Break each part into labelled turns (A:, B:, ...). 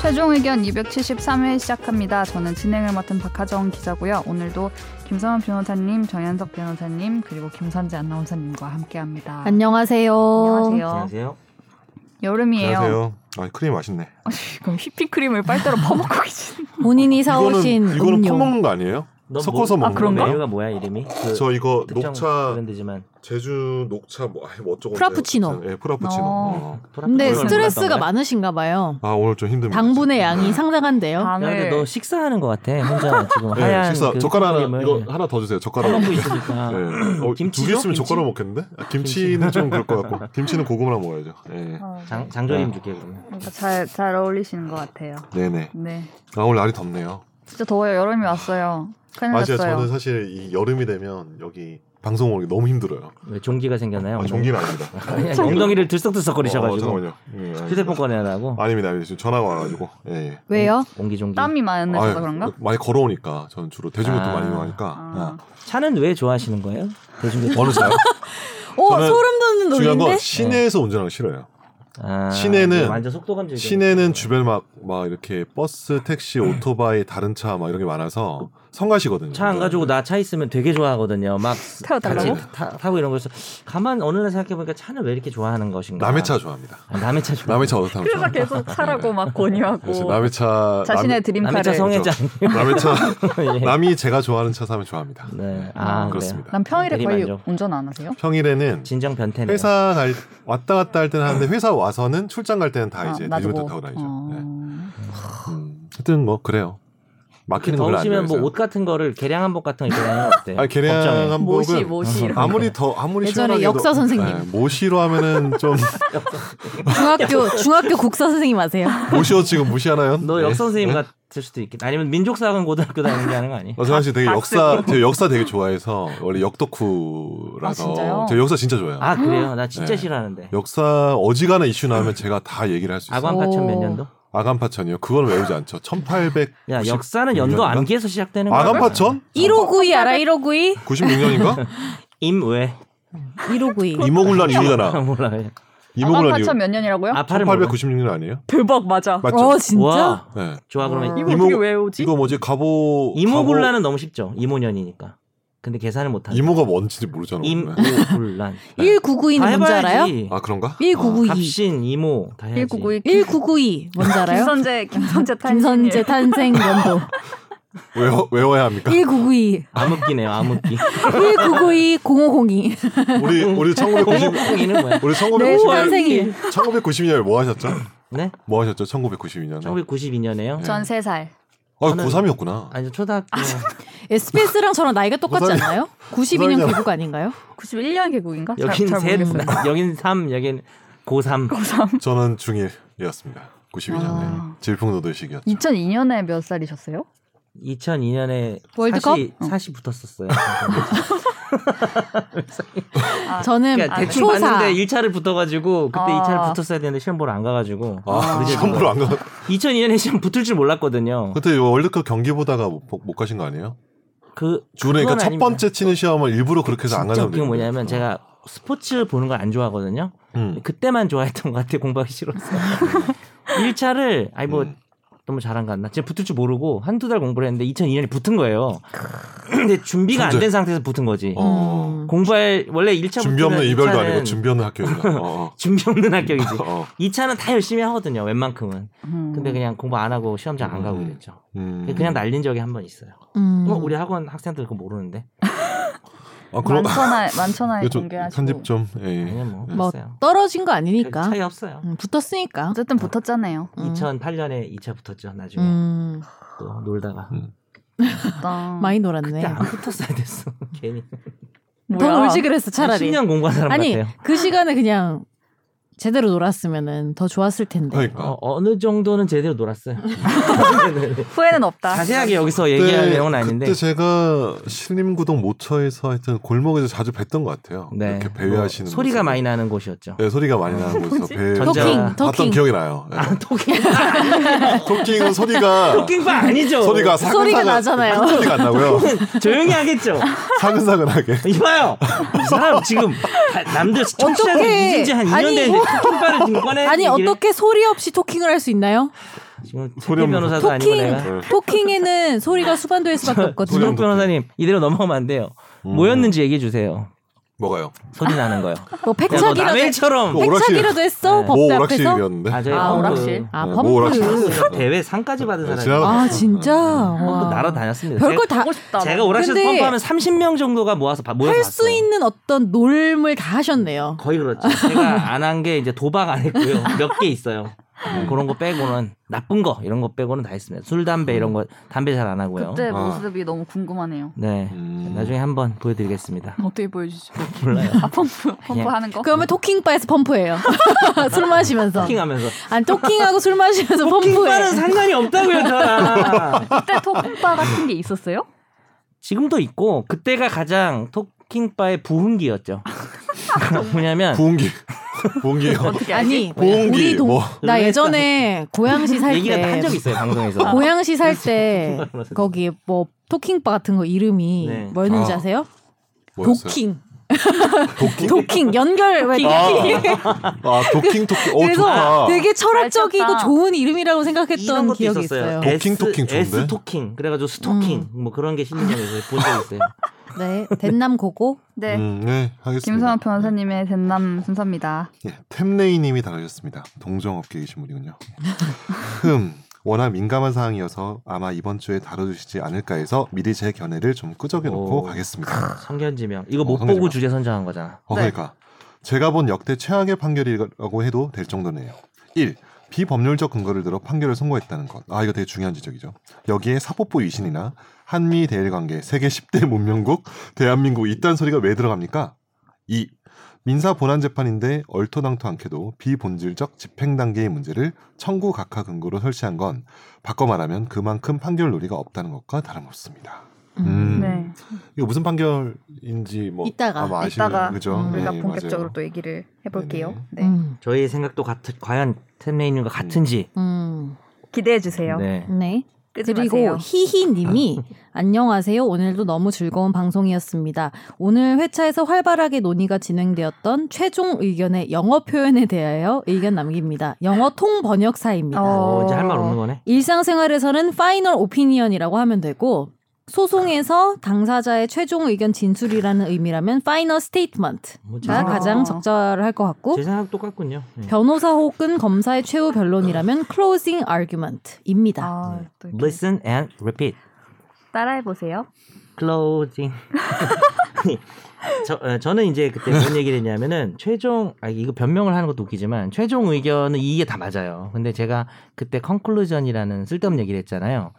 A: 최종의견 273회 시작합니다. 저는 진행을 맡은 박하정 기자고요. 오늘도 김선원 변호사님, 정현석 변호사님, 그리고 김선재 아나운서님과 함께합니다.
B: 안녕하세요.
A: 안녕하세요.
C: 안녕하세요.
A: 여름이에요.
D: 안녕하세요. 아 크림 맛있네.
A: 지금 휘핑크림을 빨대로 퍼먹고 계신.
B: 본인이 사오신
D: 이거는, 이거는
B: 음료.
D: 퍼먹는 거 아니에요? 섞어서
A: 아,
D: 먹는
A: 그런가?
D: 거예요?
C: 메뉴가 뭐야 이름이? 뭐- 그
D: 저 이거
C: 특정
D: 녹차
C: 브랜드지만
D: 제주 녹차 뭐 아이, 뭐 어쩌고
B: 프라푸치노.
D: 예,
A: 어.
D: 프라푸치노. 어.
B: 근데 네,
D: 그런
B: 스트레스가 많으신가 봐요.
D: 아 오늘 좀 힘듭니다.
B: 당분의 양이
A: 어?
B: 상당한데요. 네.
C: 야, 근데
A: 방을
C: 너 식사하는 것 같아. 혼자 지금
D: 네,
C: 하얀
D: 식사
C: 그
D: 젓가락 하나
C: 크림을
D: 이거 하나 더 주세요. 젓가락.
C: 먹고
D: 네.
C: 있으니까.
D: 어,
C: 김치죠?
D: 두개
C: 김치?
D: 있으면 젓가락 먹겠는데? 아, 김치는 좀 그럴 것 같고 김치는 고구마랑 먹어야죠. 예.
A: 어,
C: 장 장조림
D: 네.
C: 줄게 그러면.
A: 그러니까 잘, 잘 어울리시는 것 같아요.
D: 네네.
A: 네.
D: 아 오늘 날이 덥네요.
A: 진짜 더워요. 여름이 왔어요.
B: 음,
A: 큰일
D: 맞아요.
A: 났어요.
D: 저는 사실 이 여름이 되면 여기 방송 오기 너무 힘들어요.
C: 왜 종기가 생겼나요?
D: 아,
C: 엉덩이?
D: 종기는 아닙니다.
C: 아니, 아니, 엉덩이를 들썩들썩거리셔가지고
D: 어, 잠깐만요. 예, 알겠습니다.
C: 휴대폰 꺼내라고.
D: 아닙니다. 아닙니다. 지금 전화가 와가지고. 예, 예.
B: 왜요?
C: 옹기 종기.
A: 땀이 많아서
D: 아유,
A: 그런가?
D: 많이 걸어오니까 저는 주로 대중교통
C: 아.
D: 많이 이용하니까
A: 아.
C: 차는 왜 좋아하시는 거예요? 대중교통.
D: 어느 날
B: 오
D: 저는
B: 어, 소름 돋는
D: 예. 중요한
B: 논리인데.
D: 건 시내에서 운전하기 싫어요.
C: 아,
D: 시내는-
C: 완전 속도감 즐기.
D: 시내는 주변 막, 막 이렇게 버스, 택시, 오토바이, 다른 차 막 이런 게 많아서 성가시거든요.
C: 네.
D: 네.
C: 차 안 가지고 나 차 있으면 되게 좋아하거든요. 막
A: 태워달라고?
C: 같이 타, 타고 이런 거서 가만 어느 날 생각해 보니까 차는 왜 이렇게 좋아하는 것인가?
D: 남의 차 좋아합니다.
C: 아, 남의 차 좋아.
D: 남의 차 어디서 타면
A: 그래서
D: 좋아요?
A: 계속 사라고 막
D: 그래서
A: 권유하고
D: 남의 차
A: 자신의
C: 남의 차
A: 드림카를
C: 성애자.
D: 남, 남의 차
C: 예.
D: 남이 제가 좋아하는 차 사면 좋아합니다.
C: 네. 아,
D: 그렇습니다.
C: 그래요.
A: 난 평일에
C: 되게
A: 거의
C: 만족.
A: 운전 안 하세요?
D: 평일에는
C: 진정 변태네요.
D: 회사 갈 왔다 갔다 할 때는 하는데 회사 와서는 출장 갈 때는 다
A: 아,
D: 이제
A: 놔두고.
D: 대중교통 타고 다니죠.
A: 어.
D: 네. 음, 하여튼 뭐 그래요. 막히는 걸안
C: 더우시면 뭐
D: 좋아해서요.
C: 옷 같은 거를 계량 한복 같은 거 입고 다니는 거 어때요?
D: 아니, 계량
C: 걱정해. 어.
D: 한복-
A: 모시
D: 뭐는-
A: 모시 이런
D: 아무리 더 아무리
B: 예전에
D: 시원하게
B: 역사
D: 너-
B: 선생님.
D: 네, 모시로 하면은 좀
B: 중학교 중학교 국사 선생님 아세요?
D: 모시어 지금 무시하나요?
C: 너 역사 선생님
D: 네?
C: 같을 수도 있겠다. 아니면 민족사관 고등학교 다니는 게 하는 거 아니?
D: 어, 정한 씨 되게 역사,
C: 학습으로.
D: 되게 역사 되게 좋아해서 원래
A: 아, 진짜요?
D: 역덕후라서 제가 역사 진짜 좋아해요.
C: 아 그래요? 나 진짜
D: 네.
C: 싫어하는데.
D: 역사 어지간한 이슈 나오면 제가 다 얘기를 할 수 있어요.
C: 아관 파천 몇
A: 오.
C: 년도?
D: 아간파천이요. 그건 외우지 않죠. 1800
C: 야 역사는 연도 암기에서 시작되는 거야.
D: 아간파천?
B: 1592 알아? 1592?
D: 96년인가?
C: 임왜?
B: 1592.
D: 이모군란
C: 아,
D: 이유잖아.
C: 몰라. 요
D: 이모군란 이유.
A: 파천 몇 년이라고요?
C: 아파를 몰라.
D: 1896년 아니에요?
A: 대박 맞아.
D: 맞죠?
B: 어 진짜?
C: 와
D: 네.
C: 좋아 그러면
A: 이거
D: 이모-
A: 어떻게 외우지?
D: 이거 뭐지? 갑오
C: 이모굴란은 너무 쉽죠. 이모년이니까. 근데 계산을 못
D: 갑오-
C: 한다.
D: 이모가 뭔지 모르잖아. 우리는.
C: 임굴란.
B: 1992는 뭔지 알아요?
D: 아 그런가? 아,
B: 1992.
C: 갑신 이모 다 해야지.
A: 1992
B: 1992 뭔지 알아요?
A: 김선재 김선재 탄
B: 김선재 탄생 연도.
D: 외워, 외워야 합니까?
B: 1992.
C: 암흑기네요. 암흑기.
B: 1992 0502.
D: 우리
C: 음.
D: 우리 1990
C: 공공공이는 뭐야?
D: 우리
B: 내
D: 1990
B: 네, 탄생일.
D: 1992년에 뭐 하셨죠?
C: 네?
D: 뭐 하셨죠? 1992년. 네.
C: 1992년에요.
A: 전 3살.
D: 아,
C: 저는-
D: 고3이었구나.
C: 아니 저 초등학교
B: SBS랑 저랑 나이가 똑같지
D: 무슨-
B: 않나요? 92년
D: 무슨-
B: 개국 아닌가요?
A: 91년 개국인가? 잘,
C: 여긴
A: 잘
C: 셋,
A: 모르겠어요.
C: 여긴 삼, 여긴 고삼.
D: 저는 중1이었습니다. 92년에.
A: 아.
D: 질풍노도의 시기였죠.
C: 음.
A: 2002년에 몇 살이셨어요?
C: 2002년에
B: 월드컵? 음,
C: 사시, 사시 붙었었어요.
B: 저는
C: 그러니까 대충
B: 아, 초사.
C: 봤는데 1차를 붙어가지고 그때
A: 아.
C: 이 2차를 붙었어야 되는데 시험 보러 안 가가지고
D: 아,
C: 늦어진
D: 시험
C: 거예요.
D: 보러 안 가.
C: 2002년에 시험 붙을 줄 몰랐거든요.
D: 그때 월드컵 경기 보다가 못, 못 가신 거 아니에요?
C: 그
D: 주로
C: 그건
D: 그러니까 첫
C: 아닙니다.
D: 번째 치는 시험을 일부러 그렇게 해서 안
C: 진짜
D: 가는
C: 웃긴 게 뭐냐면 제가 스포츠 보는 걸 안 좋아하거든요.
D: 음.
C: 그때만 좋아했던 것 같아 요 공부하기 싫어서. 1차를 아니 뭐
D: 음.
C: 너무 잘한 거 안 나. 제가 붙을 줄 모르고 한두 달 공부를 했는데 2002년에 붙은 거예요. 근데 준비가 안
D: 존재.
C: 된 상태에서 붙은 거지.
D: 어.
B: 음.
C: 공부할 원래 음. 1차
D: 준비 없는 이별도 아니고
C: 준비,
D: 준비 없는 학교인가? 어.
C: 없는 합격이지.
D: 어.
C: 2차는 다 열심히 하거든요. 웬만큼은.
A: 음.
C: 근데 그냥 공부 안 하고 시험장 안 가고
D: 음.
C: 그랬죠.
D: 음.
C: 그냥 날린 적이 한 번 있어요.
B: 음.
C: 어, 우리 학원 학생들 그거 모르는데.
D: 아, 그럼
A: 만천하에 만천하에
D: 이거 좀
A: 공개하시고.
D: 편집 좀. 예.
C: 아니면 뭐,
B: 뭐
C: 없어요.
B: 떨어진 거 아니니까.
C: 차이 없어요.
B: 음, 붙었으니까.
A: 어쨌든 붙었잖아요.
B: 음.
C: 2008년에 2차 붙었죠. 나중에
B: 음.
C: 또 놀다가.
A: 아,
B: 많이 놀았네. 음,
C: 그때 안 붙었어야 됐어. 괜히.
B: 더
A: 뭐야.
B: 놀지 그랬어 차라리.
C: 10년 공부한 사람
B: 아니
C: 같아요.
B: 그 시간에 그냥 제대로 놀았으면은 더 좋았을 텐데.
D: 그러니까.
C: 어, 어느 정도는 제대로 놀았어요.
A: 후회는 없다.
C: 자세하게 여기서 얘기할 내용은 아닌데.
D: 그때 제가 신림구동 모처에서 하여튼 골목에서 자주 뵀던 것 같아요. 이렇게 배회하시는
C: 뭐 소리가
D: 모습.
C: 많이 나는 곳이었죠.
D: 네, 소리가 많이 나는 곳에서 배
C: 전자-
D: 봤던
B: 토킹.
D: 기억이 나요. 네.
C: 아, 토킹
D: 토킹은 소리가
C: 토킹바 아니죠. 음,
D: 소리가 사근사근
B: 소리가 나잖아요.
D: 소리가 안 나고요.
C: 조용히 하겠죠.
D: 사근사근하게.
C: 이봐요. 이 사람 지금 다- 남들 청취하고
B: 어떡해.
C: 잊은 지한 2년
B: 아니. 뭐.
C: 됐는데 토킹바를 지금 꺼내.
B: 아니
C: 얘기를-
B: 어떻게 소리 없이 토킹을 할 수 있나요?
C: 지금
D: 소리
C: 소리
D: 없는
C: 변호사도 아니고
B: 토킹
D: 음.
C: 내가 음.
B: 토킹에는 소리가 수반될 수밖에
D: 소리
B: 없거든요.
D: 없는-
C: 김용 변호사님 이대로 넘어가면 안 돼요.
D: 음.
C: 뭐였는지 얘기해 주세요.
D: 뭐가요?
C: 소리 나는 거요.
B: 뭐
C: 야, 너
B: 팩차기라도
C: 남일처럼
D: 뭐
B: 팩차기라도 했어
C: 네.
D: 뭐
B: 법대 앞에서.
D: 오락실이었는데.
C: 아, 저희
B: 아,
C: 펌프
B: 오락실. 아
D: 네,
B: 펌프.
D: 뭐 오락실.
C: 대회 상까지 받은
D: 네,
C: 사람이
D: 지나가-
B: 아 진짜.
C: 또
B: 와.
C: 날아 다녔습니다.
B: 별걸 다
A: 하고
B: 할 수
A: 싶다. 뭐.
C: 제가 오락실
B: 근데
C: 펌프하면 30명 정도가 모아서 바- 모여서 봤어요.
B: 있는 어떤 놀물 다 하셨네요.
C: 거의 그렇죠. 제가 안 한 게 이제 도박 안 했고요. 몇 개 있어요. 뭐 그런 거 빼고는 나쁜 거 이런 거 빼고는 다 했습니다. 술 담배 이런 거 담배 잘 안 하고요.
A: 그때
D: 아.
A: 모습이 너무 궁금하네요.
C: 네.
D: 음.
C: 나중에 한번 보여드리겠습니다.
A: 어떻게 보여주시죠?
C: 몰라요.
A: 아 펌프 펌프
C: 예.
A: 하는 거?
B: 어? 그러면 토킹바에서 펌프예요. 술 마시면서.
C: 토킹하면서
B: 아니 토킹하고 술 마시면서
C: 토킹과는
B: 펌프해.
C: 상관이 없다고요, 저랑.
A: 그때 토킹바 같은 게 있었어요?
C: 지금도 있고 그때가 가장 토킹바의 부흥기였죠.
B: 아,
C: 뭐냐면
D: 부흥기. 부흥기요.
A: 어떻게 알지?
B: 아니
D: 부흥기.
B: 우리 동.
D: 뭐.
B: 나 예전에 고양시 살
C: 얘기가 탄
B: 때. 아,
C: 적이 있어요 방송에서.
B: 고양시 살 때 거기 뭐 토킹바 같은 거 이름이
C: 네.
B: 뭐였는지
D: 아.
B: 아. 세요
D: 뭐였어요?
B: 도킹.
D: 도킹.
B: 도킹 연결 왜
D: 아, 아 도킹 도킹. 어
B: 그래서
D: 좋다.
B: 되게 철학적이고
A: 잘 쳤다.
B: 좋은 이름이라고
C: 이런
B: 생각했던
C: 것도
B: 기억이
C: 있었어요.
B: 있어요. 음.
D: 네. 토킹,
C: S-
D: 토킹 좋은데?
C: S 토킹 그래가지고 스토킹 뭐 그런 게 신문에서 본 적 있어요.
B: 네, 된남 고고.
A: 네.
D: 음, 네, 하겠습니다. 네.
A: 김성환 변호사님의 덴남 순서입니다.
D: 예, 템레이님이 달아주셨습니다. 동정업계 계신 분이군요. 흠, 워낙 민감한 사항이어서 아마 이번 주에 다뤄주시지 않을까 해서 미리 제 견해를 좀 끄적여놓고
C: 오.
D: 가겠습니다.
C: 성견지명 이거
D: 어,
C: 못
D: 성견지명.
C: 보고 주제 선정한 거잖아.
D: 어,
A: 네.
D: 그러니까 제가 본 역대 최악의 판결이라고 해도 될 정도네요. 1. 비법률적 근거를 들어 판결을 선고했다는 것. 아, 이거 되게 중요한 지적이죠. 여기에 사법부 위신이나 한미 대일 관계, 세계 10대 문명국, 대한민국 이딴 소리가 왜 들어갑니까? 2. 민사 본안 재판인데 얼토당토 않게도 비본질적 집행 단계의 문제를 청구 각하 근거로 설치한 건 바꿔 말하면 그만큼 판결 논리가 없다는 것과 다름없습니다. 음.
A: 네.
D: 이거 무슨 판결인지 뭐
B: 이따가,
D: 아마 아시는
A: 이따가
D: 그죠?
B: 음,
A: 우리가
D: 네,
A: 본격적으로
D: 맞아요.
A: 또 얘기를 해볼게요. 네.
B: 음.
C: 저희의 생각도 같은 과연 템레이님과 같은지.
B: 음.
A: 기대해 주세요.
C: 네.
B: 네.
A: 끄지
B: 그리고
A: 마세요. 아.
B: 히히님이 안녕하세요. 오늘도 너무 즐거운 방송이었습니다. 오늘 회차에서 활발하게 논의가 진행되었던 최종 의견의 영어 표현에 대하여 의견 남깁니다. 영어 통 번역사입니다.
A: 어.
C: 어, 이제 할 말 없는 거네.
B: 일상생활에서는 파이널 오피니언이라고 하면 되고 소송에서 당사자의 최종 의견 진술이라는 의미라면 파이널 스테이트먼트가
C: 뭐
A: 아.
B: 가장 적절할 것 같고
C: 제 생각 똑같군요. 네.
B: 변호사 혹은 검사의 최후 변론이라면 클로징 아규먼트입니다.
A: 아,
C: 네.
A: 또 이렇게
C: Listen and repeat.
A: 따라해 보세요.
C: Closing. 아니, 저, 어, 저는 이제 그때 뭔 얘기를 했냐면은 최종 아 이거 변명을 하는 것도 웃기지만 최종 의견은 이게 다 맞아요. 근데 제가 그때 컨클루전이라는 쓸데없는 얘기를 했잖아요.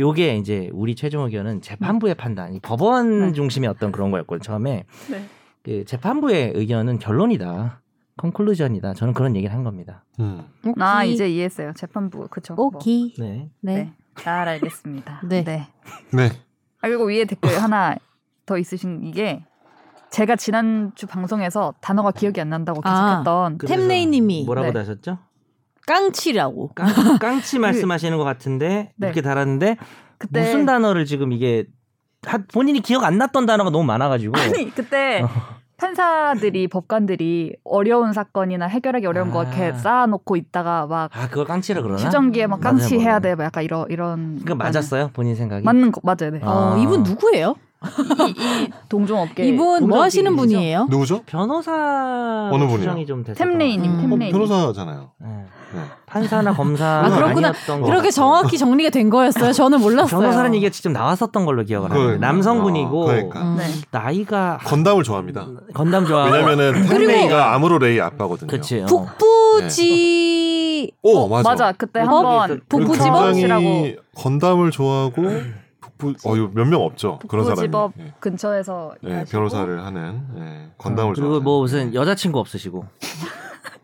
C: 요게 이제 우리 최종 의견은 재판부의 판단, 이 법원
A: 네.
C: 중심의 어떤 그런 거였거든요. 처음에
A: 네.
C: 그 재판부의 의견은 결론이다. 컨클루전이다. 저는 그런 얘기를 한 겁니다.
D: 음.
A: 아 이제 이해했어요. 재판부 그쵸?
B: 오키.
C: 네.
B: 네.
A: 뭐. 잘 알겠습니다.
B: 네.
D: 네.
A: 아, 그리고 위에 댓글 하나 더 있으신 이게 제가 지난주 방송에서 단어가 기억이 안 난다고
B: 아.
A: 계속했던
C: 그래서
B: 템레이님이
C: 뭐라고
A: 네.
C: 다셨죠?
B: 깡치라고.
C: 깡,
B: 그
C: 깡치 말씀하시는 것 같은데
A: 네.
C: 이렇게 달았는데
A: 그때
C: 무슨 단어를 지금 이게 다 본인이 기억 안 났던 단어가 너무 많아가지고
A: 아니 그때
C: 어.
A: 판사들이 법관들이 어려운 사건이나 해결하기 어려운 거
C: 아.
A: 이렇게 쌓아놓고 있다가 막
C: 아 그걸 깡치라 그러나?
A: 시정기에 막
C: 맞아요,
A: 깡치해야
C: 맞아요.
A: 돼, 막 약간 이런 이런.
C: 그러니까 맞았어요 본인 생각이.
A: 맞는 거 맞아요. 네.
C: 아.
B: 어, 이분 누구예요?
A: 이, 이 동종업계
B: 이분 뭐 하시는
A: 동종업계이시죠?
B: 분이에요?
D: 누구죠? 어,
C: 변호사
D: 어느 분이요?
C: 추정이 좀 됐어요.
A: 템레이님,
B: 음.
A: 템레이님.
D: 변호사잖아요.
C: 네.
D: 네.
C: 판사나 검사
B: 아,
C: 아,
B: 그렇구나.
D: 어.
C: 아니었던 거
B: 그렇게
C: 같아요.
B: 정확히 정리가 된 거였어요. 저는 몰랐어요.
C: 변호사라는 얘기가 직접 나왔었던 걸로 기억을
D: 그러니까.
C: 하는데 남성분이고
D: 어, 그러니까.
B: 음.
A: 네.
C: 나이가
D: 건담을 좋아합니다.
C: 건담 좋아하고
D: 왜냐면은
A: 어.
D: 템레이가 아무로 레이 아빠거든요.
C: 그치. 어.
B: 북부지
D: 오 맞아.
A: 어, 맞아. 그때
C: 어떤 게
A: 한번
C: 있었-
D: 그리고
B: 북부지법?
A: 북부지법이라고
D: 굉장히 건담을 좋아하고 북부 어몇 명 없죠 그런 사람이.
A: 북부지법
D: 예.
A: 근처에서
D: 예,
A: 일하시고
D: 변호사를 하는 예, 건담을 네, 좋아.
C: 그리고 뭐 무슨 여자친구 없으시고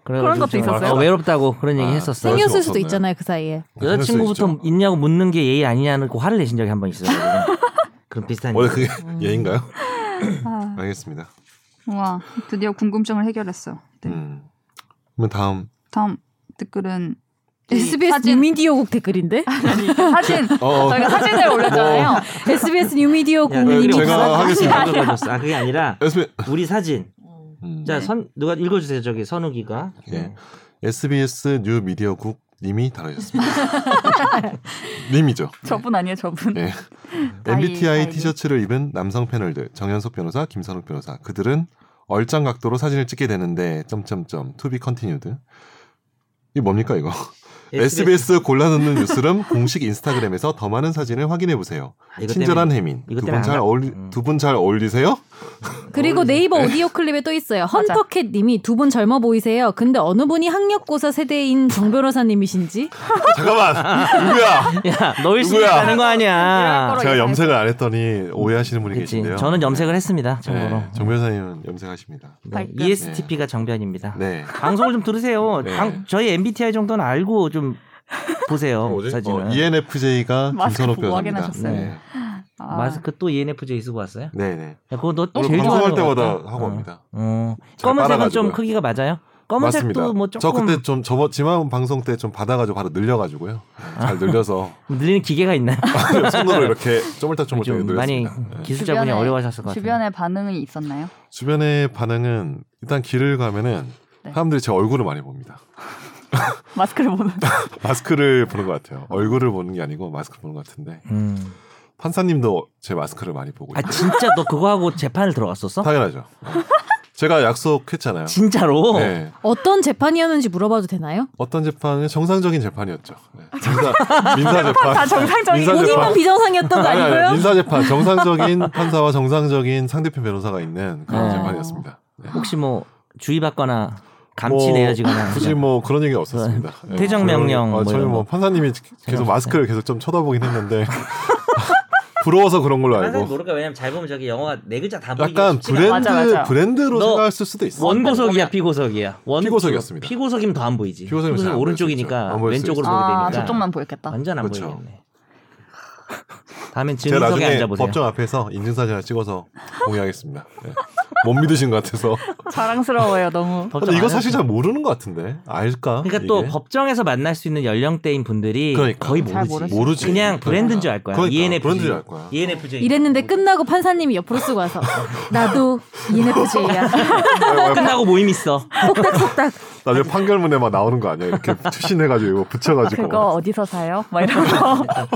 C: 그래가지고
A: 그런 것도
C: 좀
A: 있었어요?
C: 어, 외롭다고 그런 얘기
D: 아,
C: 했었어요.
D: 생겼-
B: 생겼을 수도
D: 없었나요?
B: 있잖아요 그 사이에.
D: 뭐
C: 여자친구부터 있냐고 묻는 게 예의 아니냐는 그 화를 내신 적이 한 번 있어요. 그런 비슷한
D: 원래
C: 얘기.
D: 어, 네, 그게 예인가요?
A: 음. 아,
D: 알겠습니다.
A: 와 드디어 궁금증을 해결했어. 네.
D: 음. 그럼 다음.
A: 다음 댓글은 이
B: SBS
A: 사진
B: 뉴미디어국 댓글인데
A: 사진
D: 어, 어,
A: 저희가 사진을 올렸잖아요.
B: SBS 뉴미디어
C: 야, 왜
B: 국민이
D: 제가
B: 받았다.
D: 하겠습니다.
C: 아, 긁어줬어. 아, 그게 아니라
D: SB,
C: 우리 사진.
D: 음.
C: 자, 선 누가 읽어주세요. 저기 선욱이가.
D: 예. SBS 뉴 미디어국 이미 다뤄졌습니다. 님이죠.
A: 저분 아니에요, 저분.
D: 네.
A: 다이,
D: MBTI
A: 다이.
D: 티셔츠를 입은 남성 패널들 정현석 변호사, 김선욱 변호사 그들은 얼짱 각도로 사진을 찍게 되는데 점점점 투비 컨티뉴드 이 뭡니까 이거 SBS 골라놓는 뉴스룸 공식 인스타그램에서 더 많은 사진을 확인해 보세요
C: 아, 이것 때문에-
D: 친절한 혜민
C: 이것
D: 두
C: 때문에
D: 분 잘
C: 안 가-
D: 어울리
C: 음.
D: 두 분 잘 어울리세요
B: 그리고 네이버 오디오 클립에 또 있어요.
A: 맞아.
B: 헌터캣 님이 두 분 젊어 보이세요. 근데 어느 분이 학력고사 세대인 정 변호사님이신지
D: 잠깐만 누구야
C: 야, 너일 수
D: 누구야?
C: 있다는 거
A: 누구야?
C: 아니야.
D: 제가 염색을 안 했더니 오해하시는 분이
C: 그치.
D: 계신데요
C: 저는 염색을 했습니다. 참고로.
D: 네, 정 변호사님은 염색하십니다
C: 네,
A: 발끈.
C: ESTP가 정변입니다.
D: 네
C: 방송을 좀 들으세요.
D: 네.
C: 방- 저희 MBTI 정도는 알고 좀 보세요. 어,
D: 어,
C: 사진은.
D: E ENFJ가
A: 마스크
D: 김선욱
A: 보고
D: 변호사입니다
A: 확인하셨어요.
D: 네.
A: 아,
C: 마스크 또 E ENFJ 쓰고 왔어요?
D: 네, 네.
C: 야, 그거 너
D: 오늘
C: 어, 제일 좋아하는
D: 방송할
C: 거
D: 때마다
C: 같다.
D: 하고
C: 어.
D: 옵니다.
C: 어.
D: 잘
C: 검은색은
D: 빨아가지고요.
C: 좀 크기가 맞아요? 검은색도
D: 맞습니다.
C: 뭐
D: 저
C: 조금
D: 그때 좀 저번 지난 방송 때 좀 받아가지고 바로 늘려가지고요.
C: 아.
D: 잘 늘려서
C: 늘리는 기계가 있나요?
D: 손으로 이렇게 쪼물딱쪼물딱
C: 좀
D: 늘렸습니다. 네.
C: 많이 기술자분이 어려워하셨을 것 같아요.
A: 주변에 반응이 있었나요?
D: 주변의 반응은 일단 길을 가면은
A: 네.
D: 사람들이 제 얼굴을 많이 봅니다.
A: 마스크를 아, 보면
D: 마스크를 보는 것 같아요. 얼굴을 보는 게 아니고 마스크 를 보는 것 같은데
C: 음.
D: 판사님도 제 마스크를 많이 보고
C: 아
D: 있어요.
C: 진짜 너 그거 하고 재판을 들어갔었어?
D: 당연하죠. 제가 약속했잖아요.
C: 진짜로?
D: 네.
B: 어떤 재판이었는지 물어봐도 되나요?
D: 어떤 재판은 정상적인 재판이었죠. 네. 민사, 민사 재판.
A: 다 정상적인
D: 민사 재판.
B: 본인만 비정상이었던 거
D: 아니, 아니,
B: 아니고요?
D: 민사 재판 정상적인 판사와 정상적인 상대편 변호사가 있는 그런
C: 네.
D: 재판이었습니다. 네.
C: 혹시 뭐 주의받거나 감치
D: 뭐,
C: 내야지거나
D: 굳이 뭐 그런 얘기 없었습니다. 네.
C: 대정명령
D: 저희- 아,
C: 뭐
D: 저희
C: 이런
D: 뭐
C: 거. 네.
D: 판사님이 계속
C: 없었어요.
D: 마스크를 계속 좀 쳐다보긴 했는데 부러워서 그런 걸로
C: 사실
D: 알고
C: 모를까 왜냐면 잘 보면 저기 영어가 네 글자 다 보이기
D: 약간 브랜드
A: 맞아, 맞아.
D: 브랜드로
C: 너
D: 생각했을 수도 있어. 요
C: 원고석이야 피고석이야 원-
D: 피고석이었습니다.
C: 피고석이면 더 안 보이지
D: 피고석이면 잘안
C: 피고석
D: 보일 수
C: 오른쪽이니까
D: 있죠. 안 보일 수
C: 왼쪽으로
D: 있죠.
C: 보게 되니까
A: 아, 저쪽만 보였겠다.
C: 완전 안
D: 그렇죠.
C: 보이겠네 다음엔
D: 제가
C: 증인석에
D: 나중에
C: 앉아보세요
D: 법정 앞에서 인증사진 하나 찍어서 공개하겠습니다. 네. 못 믿으신 것 같아서.
A: 자랑스러워요, 너무.
C: 법정
D: 근데 이거
C: 안에서.
D: 사실 잘 모르는 것 같은데 알까?
C: 그러니까 또
D: 이게?
C: 법정에서 만날 수 있는 연령대인 분들이
D: 그러니까.
C: 거의
A: 잘
C: 모르지
A: 모르지.
D: 모르지.
C: 그냥 브랜드인 줄 알 거야 E
D: 그러니까,
C: ENFJ
D: 브랜드인 줄알 거야.
C: ENFJ
B: 이랬는데 끝나고 판사님이 옆으로 쓰고 와서 나도 ENFJ야.
C: 그러니까 끝나고 모임 있어
B: 속닥속닥.
D: 나중에 판결문에 막 나오는 거 아니야? 이렇게 추신해가지고 이거 붙여가지고.
A: 그거 어디서 사요? 막 이러면서.
C: 네.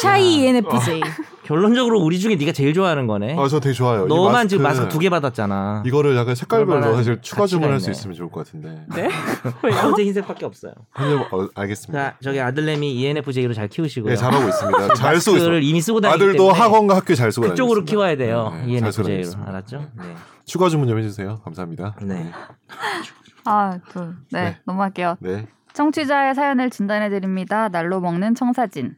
B: 샤이 ENFJ.
C: 결론적으로 우리 중에 네가 제일 좋아하는 거네
D: 아, 저 되게 좋아요. 이
C: 너만 지금
D: 마스크
C: 마스크 두 개 받았잖아
D: 이거를 약간 색깔별로
C: 얼마나
D: 사실 추가
C: 가치가
D: 주문할 수
C: 있네.
D: 있으면 좋을 것 같은데.
A: 네?
C: 현재 흰색밖에 없어요
D: 한번 어, 알겠습니다.
C: 자, 저기 아들내미 E ENFJ로 잘 키우시고요.
D: 네, 잘하고 있습니다. 잘 쓰고 있어요.
C: 마스크를 이미 쓰고 다니기
D: 아들도
C: 때문에
D: 학원과 학교 잘 쓰고
C: 그쪽으로
D: 다니고 있습니다.
C: 키워야 돼요. E
D: 네, 네, 잘
C: ENFJ로
D: 쓰고 다니겠습니다.
C: 알았죠? 네.
D: 추가 주문 좀 해주세요. 감사합니다.
C: 네.
A: 아, 그, 네,
D: 네.
A: 넘어갈게요.
D: 네.
A: 청취자의 사연을 진단해 드립니다. 날로 먹는 청사진.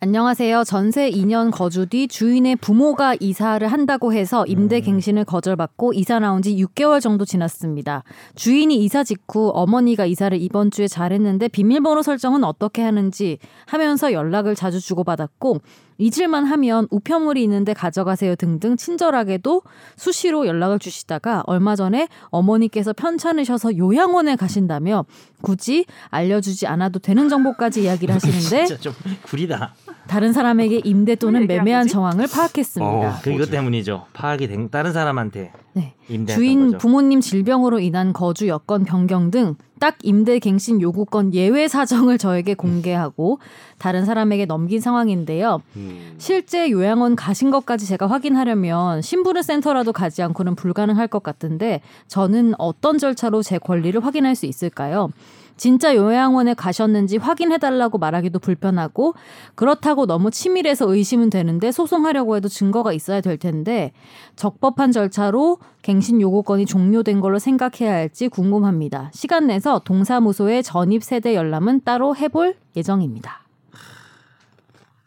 B: 안녕하세요. 전세 2년 거주 뒤 주인의 부모가 이사를 한다고 해서 임대
C: 음.
B: 갱신을 거절받고 이사 나온 지 6개월 정도 지났습니다. 주인이 이사 직후 어머니가 이사를 이번 주에 잘했는데 비밀번호 설정은 어떻게 하는지 하면서 연락을 자주 주고받았고 잊을만 하면 우편물이 있는데 가져가세요 등등 친절하게도 수시로 연락을 주시다가 얼마 전에 어머니께서 편찮으셔서 요양원에 가신다며 굳이 알려주지 않아도 되는 정보까지 이야기를 하시는데
C: 진짜 좀 구리다.
B: 다른 사람에게 임대 또는
A: 얘기한
B: 매매한
A: 거지?
B: 정황을 파악했습니다.
D: 어.
C: 그 이것
D: 뭐지?
C: 때문이죠. 파악이 된 다른 사람한테
B: 네.
C: 임대했던
B: 주인
C: 거죠.
B: 부모님 질병으로 인한 거주 여건 변경 등 딱 임대 갱신 요구권 예외 사정을 저에게 공개하고 다른 사람에게 넘긴 상황인데요.
D: 음.
B: 실제 요양원 가신 것까지 제가 확인하려면 신부를 센터라도 가지 않고는 불가능할 것 같은데 저는 어떤 절차로 제 권리를 확인할 수 있을까요? 진짜 요양원에 가셨는지 확인해달라고 말하기도 불편하고 그렇다고 너무 치밀해서 의심은 되는데 소송하려고 해도 증거가 있어야 될 텐데 적법한 절차로 갱신 요구권이 종료된 걸로 생각해야 할지 궁금합니다. 시간 내서 동사무소의 전입 세대 열람은 따로 해볼 예정입니다.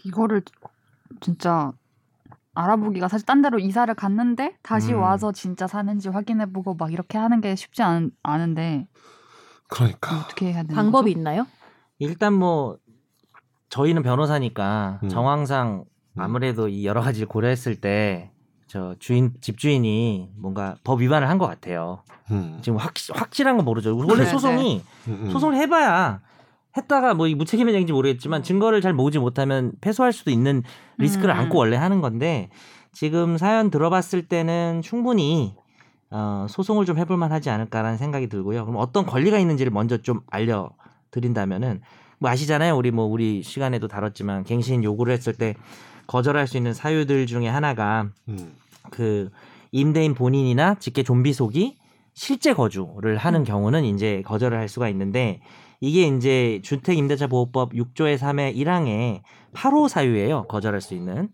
A: 이거를 진짜 알아보기가 사실 딴 데로 이사를 갔는데 다시
D: 음.
A: 와서 진짜 사는지 확인해보고 막 이렇게 하는 게 쉽지 않, 않은데
D: 그러니까.
A: 어떻게 해야 되는
B: 방법이
A: 거죠?
B: 있나요?
C: 일단 뭐 저희는 변호사니까
D: 음.
C: 정황상 아무래도 이 여러 가지를 고려했을 때 저 주인 집주인이 뭔가 법 위반을 한 것 같아요.
D: 음.
C: 지금 확, 확실한 건 모르죠. 원래
A: 네,
C: 소송이
D: 음, 음.
C: 소송을 해봐야 했다가 뭐 이 무책임한 얘기인지 모르겠지만 증거를 잘 모으지 못하면 패소할 수도 있는 리스크를
A: 음.
C: 안고 원래 하는 건데 지금 사연 들어봤을 때는 충분히 어, 소송을 좀 해볼 만하지 않을까라는 생각이 들고요. 그럼 어떤 권리가 있는지를 먼저 좀 알려드린다면은 뭐 아시잖아요. 우리 뭐 우리 시간에도 다뤘지만 갱신 요구를 했을 때 거절할 수 있는 사유들 중에 하나가
D: 음.
C: 그 임대인 본인이나 직계 좀비 속이 실제 거주를 하는 경우는 이제 거절을 할 수가 있는데 이게 이제 주택 임대차 보호법 6조의 3의 1항에 8호 사유예요. 거절할 수 있는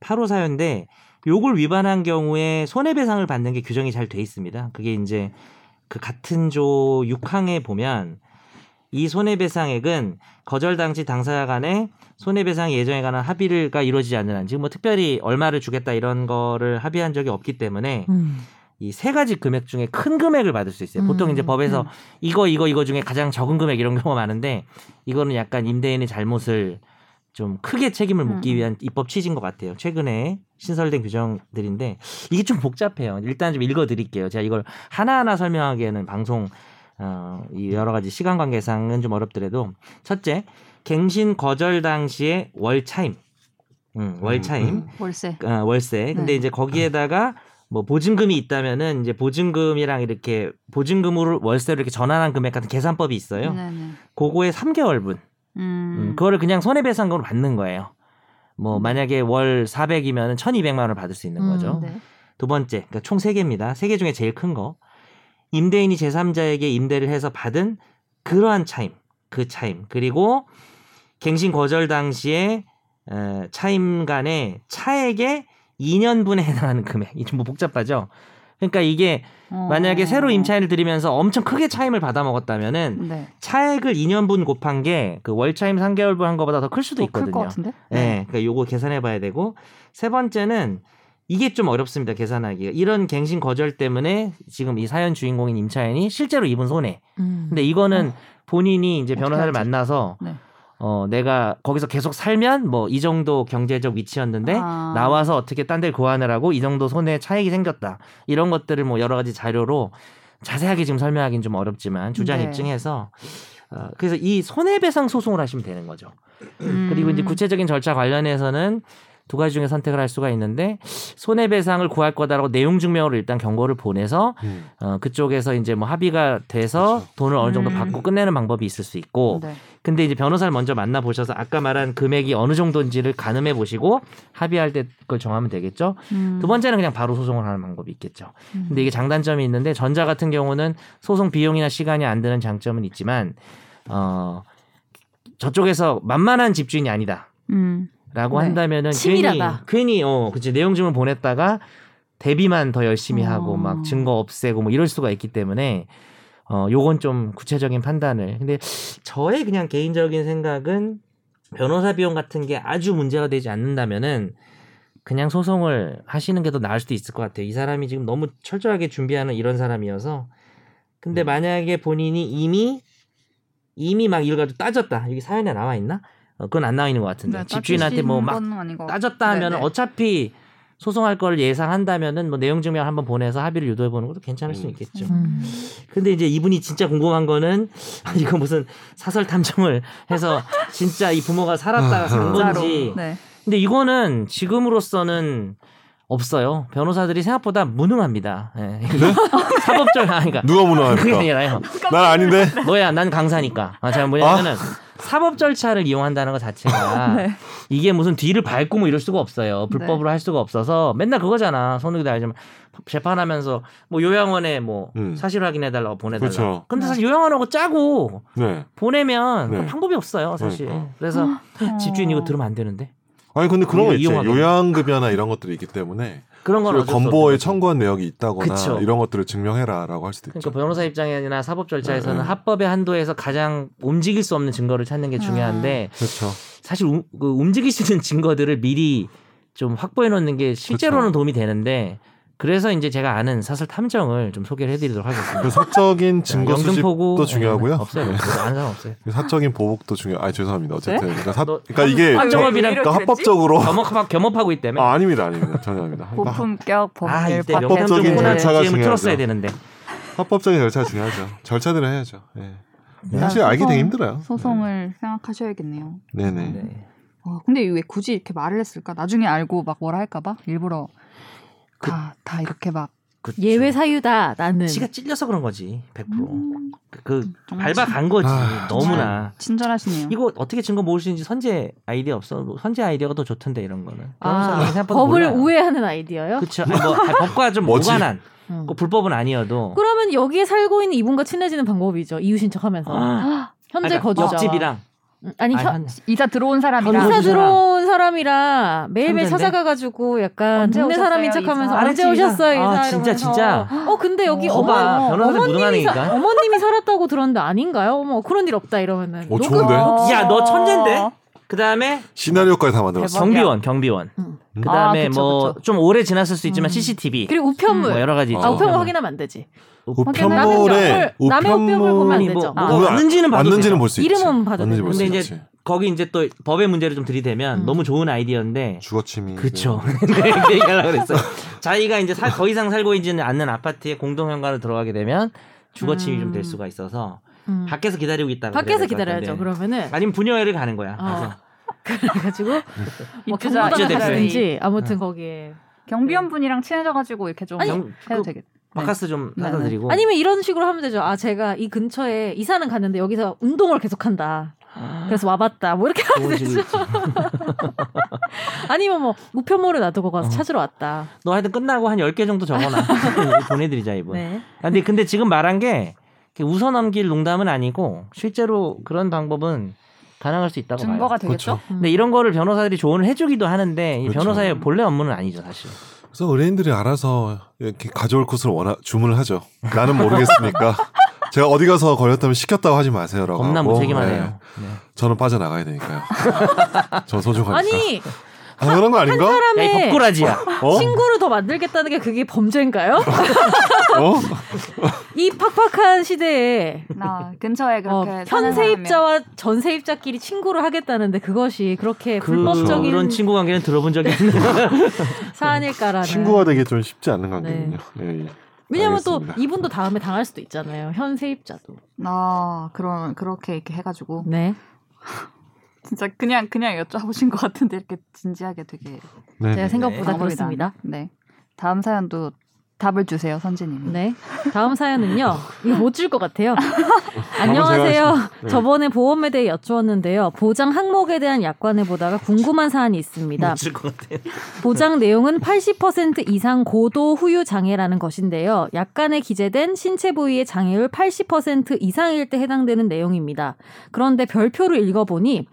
C: 8호 사유인데 요걸 위반한 경우에 손해배상을 받는 게 규정이 잘 돼 있습니다. 그게 이제 그 같은 조 6항에 보면 이 손해배상액은 거절 당시 당사자 간의 손해배상 예정에 관한 합의가 이루어지지 않는 한 지금 뭐 특별히 얼마를 주겠다 이런 거를 합의한 적이 없기 때문에
B: 음.
C: 이 세 가지 금액 중에 큰 금액을 받을 수 있어요. 보통
B: 음,
C: 이제 법에서
B: 음.
C: 이거 이거 이거 중에 가장 적은 금액 이런 경우가 많은데 이거는 약간 임대인의 잘못을 좀 크게 책임을 묻기
A: 음.
C: 위한 입법 취지인 것 같아요. 최근에 신설된 규정들인데 이게 좀 복잡해요. 일단 좀 읽어드릴게요. 제가 이걸 하나하나 설명하기에는 방송 어, 이 여러 가지 시간 관계상은 좀 어렵더라도 첫째 갱신 거절 당시의 월 차임, 음, 월 차임.
D: 음,
A: 월세.
C: 아, 월세. 근데
A: 네.
C: 이제 거기에다가 뭐 보증금이 있다면은 이제 보증금이랑 이렇게 보증금으로 월세로 이렇게 전환한 금액 같은 계산법이 있어요.
A: 네네.
C: 그거의 3개월분.
A: 음. 음.
C: 그거를 그냥 손해배상금으로 받는 거예요. 뭐 만약에 월 400이면 1,200만 원을 받을 수 있는
B: 음,
C: 거죠.
A: 네.
C: 두 번째, 그러니까 총 세개입니다세 개 중에 제일 큰 거. 임대인이 제3자에게 임대를 해서 받은 그러한 차임, 그 차임. 그리고 갱신 거절 당시에 에, 차임 간의 차액의 2년분에 해당하는 금액. 이게 좀뭐 복잡하죠? 그러니까 이게
A: 어.
C: 만약에 새로 임차인을 들이면서 엄청 크게 차임을 받아먹었다면은
A: 네.
C: 차액을 2년분 곱한 게 그 월차임 3개월분 한 거보다 더 클 수도
A: 더 클
C: 있거든요.
A: 것 같은데?
C: 네. 그러니까 요거 계산해 봐야 되고 세 번째는 이게 좀 어렵습니다. 계산하기가. 이런 갱신 거절 때문에 지금 이 사연 주인공인 임차인이 실제로 입은 손해.
B: 음.
C: 근데 이거는 본인이 이제 변호사를
A: 아. 어떡하지?
C: 만나서
A: 네.
C: 어 내가 거기서 계속 살면 뭐 이 정도 경제적 위치였는데
A: 아.
C: 나와서 어떻게 딴 데를 구하느라고 이 정도 손해 차익이 생겼다. 이런 것들을 뭐 여러 가지 자료로 자세하게 지금 설명하기는 좀 어렵지만 주장
A: 네.
C: 입증해서 어, 그래서 이 손해배상 소송을 하시면 되는 거죠.
A: 음.
C: 그리고 이제 구체적인 절차 관련해서는 두 가지 중에 선택을 할 수가 있는데 손해배상을 구할 거다라고 내용 증명으로 일단 경고를 보내서
D: 음.
C: 어, 그쪽에서 이제 뭐 합의가 돼서
D: 그렇죠.
C: 돈을 어느 정도
A: 음.
C: 받고 끝내는 방법이 있을 수 있고
A: 네.
C: 근데 이제 변호사를 먼저 만나 보셔서 아까 말한 금액이 어느 정도인지를 가늠해 보시고 합의할 때 그걸 정하면 되겠죠.
A: 음.
C: 두 번째는 그냥 바로 소송을 하는 방법이 있겠죠.
A: 음.
C: 근데 이게 장단점이 있는데 전자 같은 경우는 소송 비용이나 시간이 안 드는 장점은 있지만 어 저쪽에서 만만한 집주인이 아니다.
A: 음.
C: 라고
A: 네.
C: 한다면은
B: 치밀하다.
C: 괜히 괜히 어 그치 내용증을 보냈다가 대비만 더 열심히
A: 어.
C: 하고 막 증거 없애고 뭐 이럴 수가 있기 때문에 어 요건 좀 구체적인 판단을 근데 저의 그냥 개인적인 생각은 변호사 비용 같은 게 아주 문제가 되지 않는다면은 그냥 소송을 하시는 게 더 나을 수도 있을 것 같아요. 이 사람이 지금 너무 철저하게 준비하는 이런 사람이어서 근데
D: 음.
C: 만약에 본인이 이미 이미 막 이걸 가지고 따졌다. 여기 사연에 나와 있나? 어, 그건 안 나와 있는 것 같은데
A: 네,
C: 집주인한테 뭐 막
A: 따지신 건 아닌 것 같-
C: 따졌다 하면
A: 어, 네네.
C: 어차피 소송할 걸 예상한다면은 뭐 내용 증명 한번 보내서 합의를 유도해 보는 것도 괜찮을 수
D: 음.
C: 있겠죠.
B: 음.
C: 근데 이제 이분이 진짜 궁금한 거는 이거 무슨 사설 탐정을 해서 진짜 이 부모가 살았다가 산
A: 진짜로.
C: 건지.
A: 네.
C: 근데 이거는 지금으로서는 없어요. 변호사들이 생각보다 무능합니다. 예. 사법적 아니까
D: 누가
C: 그게
D: 무너할까?
C: 아니라요.
D: 난 아닌데.
C: 뭐야, 난 강사니까. 아, 제가 뭐냐면은 사법 절차를 이용한다는 것 자체가
A: 네.
C: 이게 무슨 뒤를 밟고 뭐 이럴 수가 없어요. 불법으로 할 수가 없어서 맨날 그거잖아. 손우기도 알지만 재판하면서 뭐 요양원에 뭐
D: 음.
C: 사실 확인해달라고 보내달라.
D: 그렇죠.
C: 근데 사실 요양원하고 짜고
D: 네.
C: 보내면
D: 네.
C: 그 방법이 없어요, 사실.
D: 그러니까.
C: 그래서 집주인
A: 어.
C: 이거 들으면 안 되는데
D: 아니 근데 그런 거
C: 오히려
D: 있지.
C: 이용하게.
D: 요양급여나 이런 것들이 있기 때문에
C: 그런 건 어쩔 수
D: 건보에
C: 없는 거죠.
D: 청구한 내역이 있다거나
C: 그쵸.
D: 이런 것들을 증명해라라고 할 수도 있죠.
C: 그러니까 변호사 입장이나 사법 절차에서는
D: 네, 네.
C: 합법의 한도에서 가장 움직일 수 없는 증거를 찾는 게 중요한데
D: 그렇죠.
C: 사실 우- 그 움직일 수 있는 증거들을 미리 좀 확보해 놓는 게 실제로는
D: 그렇죠.
C: 도움이 되는데 그래서 이제 제가 아는 사설 탐정을 좀 소개를 해드리도록 하겠습니다.
D: 그 사적인 증거
C: 영등포구-
D: 수집도
C: 네,
D: 중요하고요. 그
C: 없어요. 없어요. 아는 사람 없어요.
D: 사적인 보복도 중요. 아 죄송합니다. 어쨌든 그러니까, 사-
C: 너-
D: 그러니까 이게
A: 아,
D: 저-
A: 왜
C: 합법이랑
A: 이렇게
D: 그러니까
A: 됐지?
D: 합법적으로
C: 겸업하, 겸업하고 있다며.
D: 아 아닙니다 아닙니다 전혀 아닙니다. 그러니까
A: 고품격
C: 아
A: 법률
C: 이때
B: 네,
A: 아,
D: 명품
C: 명탐정
D: 법적인
C: 코난
D: 절차가
C: GM을
D: 중요하죠.
C: 틀었어야 되는데.
D: 합법적인 절차 중요하죠. 절차대로 해야죠. 예. 사실 알기 되게 힘들어요.
A: 소송을 생각하셔야겠네요.
D: 네네.
C: 네.
A: 와, 근데 왜 굳이
C: 그
A: 이렇게 말을 했을까? 나중에 알고 막 뭐라 할까봐 일부러 다 다 이렇게 막
C: 그쵸.
B: 예외 사유다 나는.
C: 치가 찔려서 그런 거지 100%.
B: 음.
C: 그
A: 정말
C: 밟아간 거지
D: 아,
C: 너무나.
A: 친절하시네요.
C: 이거 어떻게 증거 모을 수 있는지 선제 아이디어 없어. 선제 아이디어가 더 좋던데 이런 거는.
B: 아,
C: 생각보다
B: 법을
C: 몰라요.
B: 우회하는 아이디어요?
C: 그쵸. 아니, 뭐, 아니, 법과 좀
D: 뭐지?
C: 무관한.
B: 음.
C: 그 불법은 아니어도.
B: 그러면 여기에 살고 있는 이분과 친해지는 방법이죠. 이웃인 척하면서
C: 아.
B: 현재
C: 아니, 그러니까
B: 거주자
C: 옆집이랑.
B: 아니
C: 아니,
B: 현,
C: 한-
A: 이사 들어온 사람이랑
C: 거기서
B: 이사
C: 거주자.
B: 들어온 사람이라 매일매일
C: 현재인데?
B: 찾아가가지고 약간
A: 언제
B: 동네
A: 오셨어요,
B: 사람인 척하면서
A: 이사?
B: 언제 오셨어요 이사
C: 아,
B: 이러면서
C: 진짜, 진짜.
B: 어 근데 여기
A: 어,
B: 어머
C: 거봐. 변호사들
B: 어머님이 사,
C: 무능하니까.
B: 어머님이 살았다고 들었는데 아닌가요? 어머 그런 일 없다 이러면은
D: 오,
B: 녹음-
D: 좋은데?
C: 야, 너 천재인데? 그 다음에 뭐
D: 시나리오까지 다 만들었어.
A: 대박.
C: 경비원, 경비원.
B: 음.
C: 그 다음에
A: 아, 그쵸,
C: 뭐
A: 그쵸.
C: 좀 오래 지났을 수 있지만
A: 음.
C: CCTV.
B: 그리고 우편물
C: 뭐 여러 가지 있죠.
B: 아 우편물
D: 어.
B: 확인하면 안 되지
D: 그 우편물에
B: 남의 우편물 보면 안
C: 아니,
B: 되죠.
C: 뭐,
B: 아.
C: 뭐가 왔는지는 봐도
D: 왔는지는
C: 돼요.
D: 볼 수 있지.
B: 이름은 봐도
D: 왔는지
B: 돼요.
D: 볼수
C: 근데
D: 있지.
C: 이제 거기 이제 또 법의 문제를 좀 들이대면
B: 음.
C: 너무 좋은 아이디어인데
D: 주거침이.
C: 그쵸. 네, 그 얘기하려고 그랬어요. 자기가 이제 살- 더 이상 살고 있지는 않는 아파트에 공동현관으로 들어가게 되면 주거침입이 좀 될
B: 음.
C: 수가 있어서
B: 음.
C: 밖에서 기다리고 있다가
B: 밖에서
C: 그래야 될것
B: 기다려야죠.
C: 같은데.
B: 그러면은
C: 아니면 분녀회를 가는 거야.
B: 아. 그래가지고 뭐
A: 입주자
B: 경로당을
C: 입주자
B: 갔든지 아무튼
C: 응.
B: 거기에
A: 경비원 분이랑 친해져가지고 이렇게 좀
C: 그래서
A: 해도
C: 그
A: 되겠.
C: 바카스 좀
A: 네,
C: 사다
A: 네.
C: 드리고
B: 아니면 이런 식으로 하면 되죠. 아 제가 이 근처에 이사는 갔는데 여기서 운동을 계속한다. 그래서 와봤다. 뭐 이렇게 하면
C: 좋은 집이
B: 되죠.
C: 있지.
B: 아니면 뭐 우편물을 놔두고 가서
C: 어.
B: 찾으러 왔다.
C: 너 하여튼 끝나고 한 10개 정도 적어놔. 보내드리자, 이분.
B: 네.
C: 아, 근데, 근데 지금 말한 게 이렇게 웃어 넘길 농담은 아니고 실제로 그런 방법은 가능할 수 있다고
A: 증거가
C: 봐요.
A: 되겠죠?
C: 근데 이런 거를 변호사들이 조언을 해주기도 하는데 이
D: 그렇죠.
C: 변호사의 본래 업무는 아니죠, 사실.
D: 그래서 의뢰인들이 알아서 이렇게 가져올 것을 원하 주문을 하죠. 나는 모르겠으니까 제가 어디 가서 걸렸다면 시켰다고 하지 마세요라고.
C: 겁나
D: 하고,
C: 무책임하네요.
D: 어, 네.
C: 네.
D: 저는 빠져나가야 되니까요. 저
B: 어,
D: 소중하니까.
B: 아니
D: 당연한 거 아닌가?
C: 야, 이
B: 사람의
C: 법꾸라지야.
D: 어?
B: 친구를 더 만들겠다는 게 그게 범죄인가요?
D: 어?
B: 이 팍팍한 시대에
A: 나 근처에
B: 어,
A: 그렇게 사는 사람이면-
B: 현세입자와 전세입자끼리 친구를 하겠다는데 그것이 그렇게 불법적인
C: 그런 친구 관계는 들어본 적이 있는데 아, 네.
B: 사안일까라는.
D: 친구가 되기 좀 쉽지 않은 관계군요. 예, 예.
B: 왜냐면 또
D: 알겠습니다.
B: 이분도 다음에 당할 수도 있잖아요. 현세입자도.
A: 아 그런 그렇게 이렇게 해가지고
B: 네.
A: 진짜 그냥 그냥 여쭤보신 것 같은데 이렇게 진지하게 되게
D: 네.
B: 제가 생각보다
A: 방법이다.
B: 그렇습니다.
A: 네 다음 사연도 답을 주세요 선진님.
B: 네. 다음 사연은요. 이거 못 줄 것 같아요. 안녕하세요.
D: 네.
B: 저번에 보험에 대해 여쭈었는데요. 보장 항목에 대한 약관을 보다가 궁금한 사안이
D: 음.
B: 있습니다.
C: 못질것 같아.
B: 보장 내용은 80% 이상 고도 후유 장애라는 것인데요. 약관에 기재된 신체 부위의 장애율 80% 이상일 때 해당되는 내용입니다. 그런데 별표로 읽어보니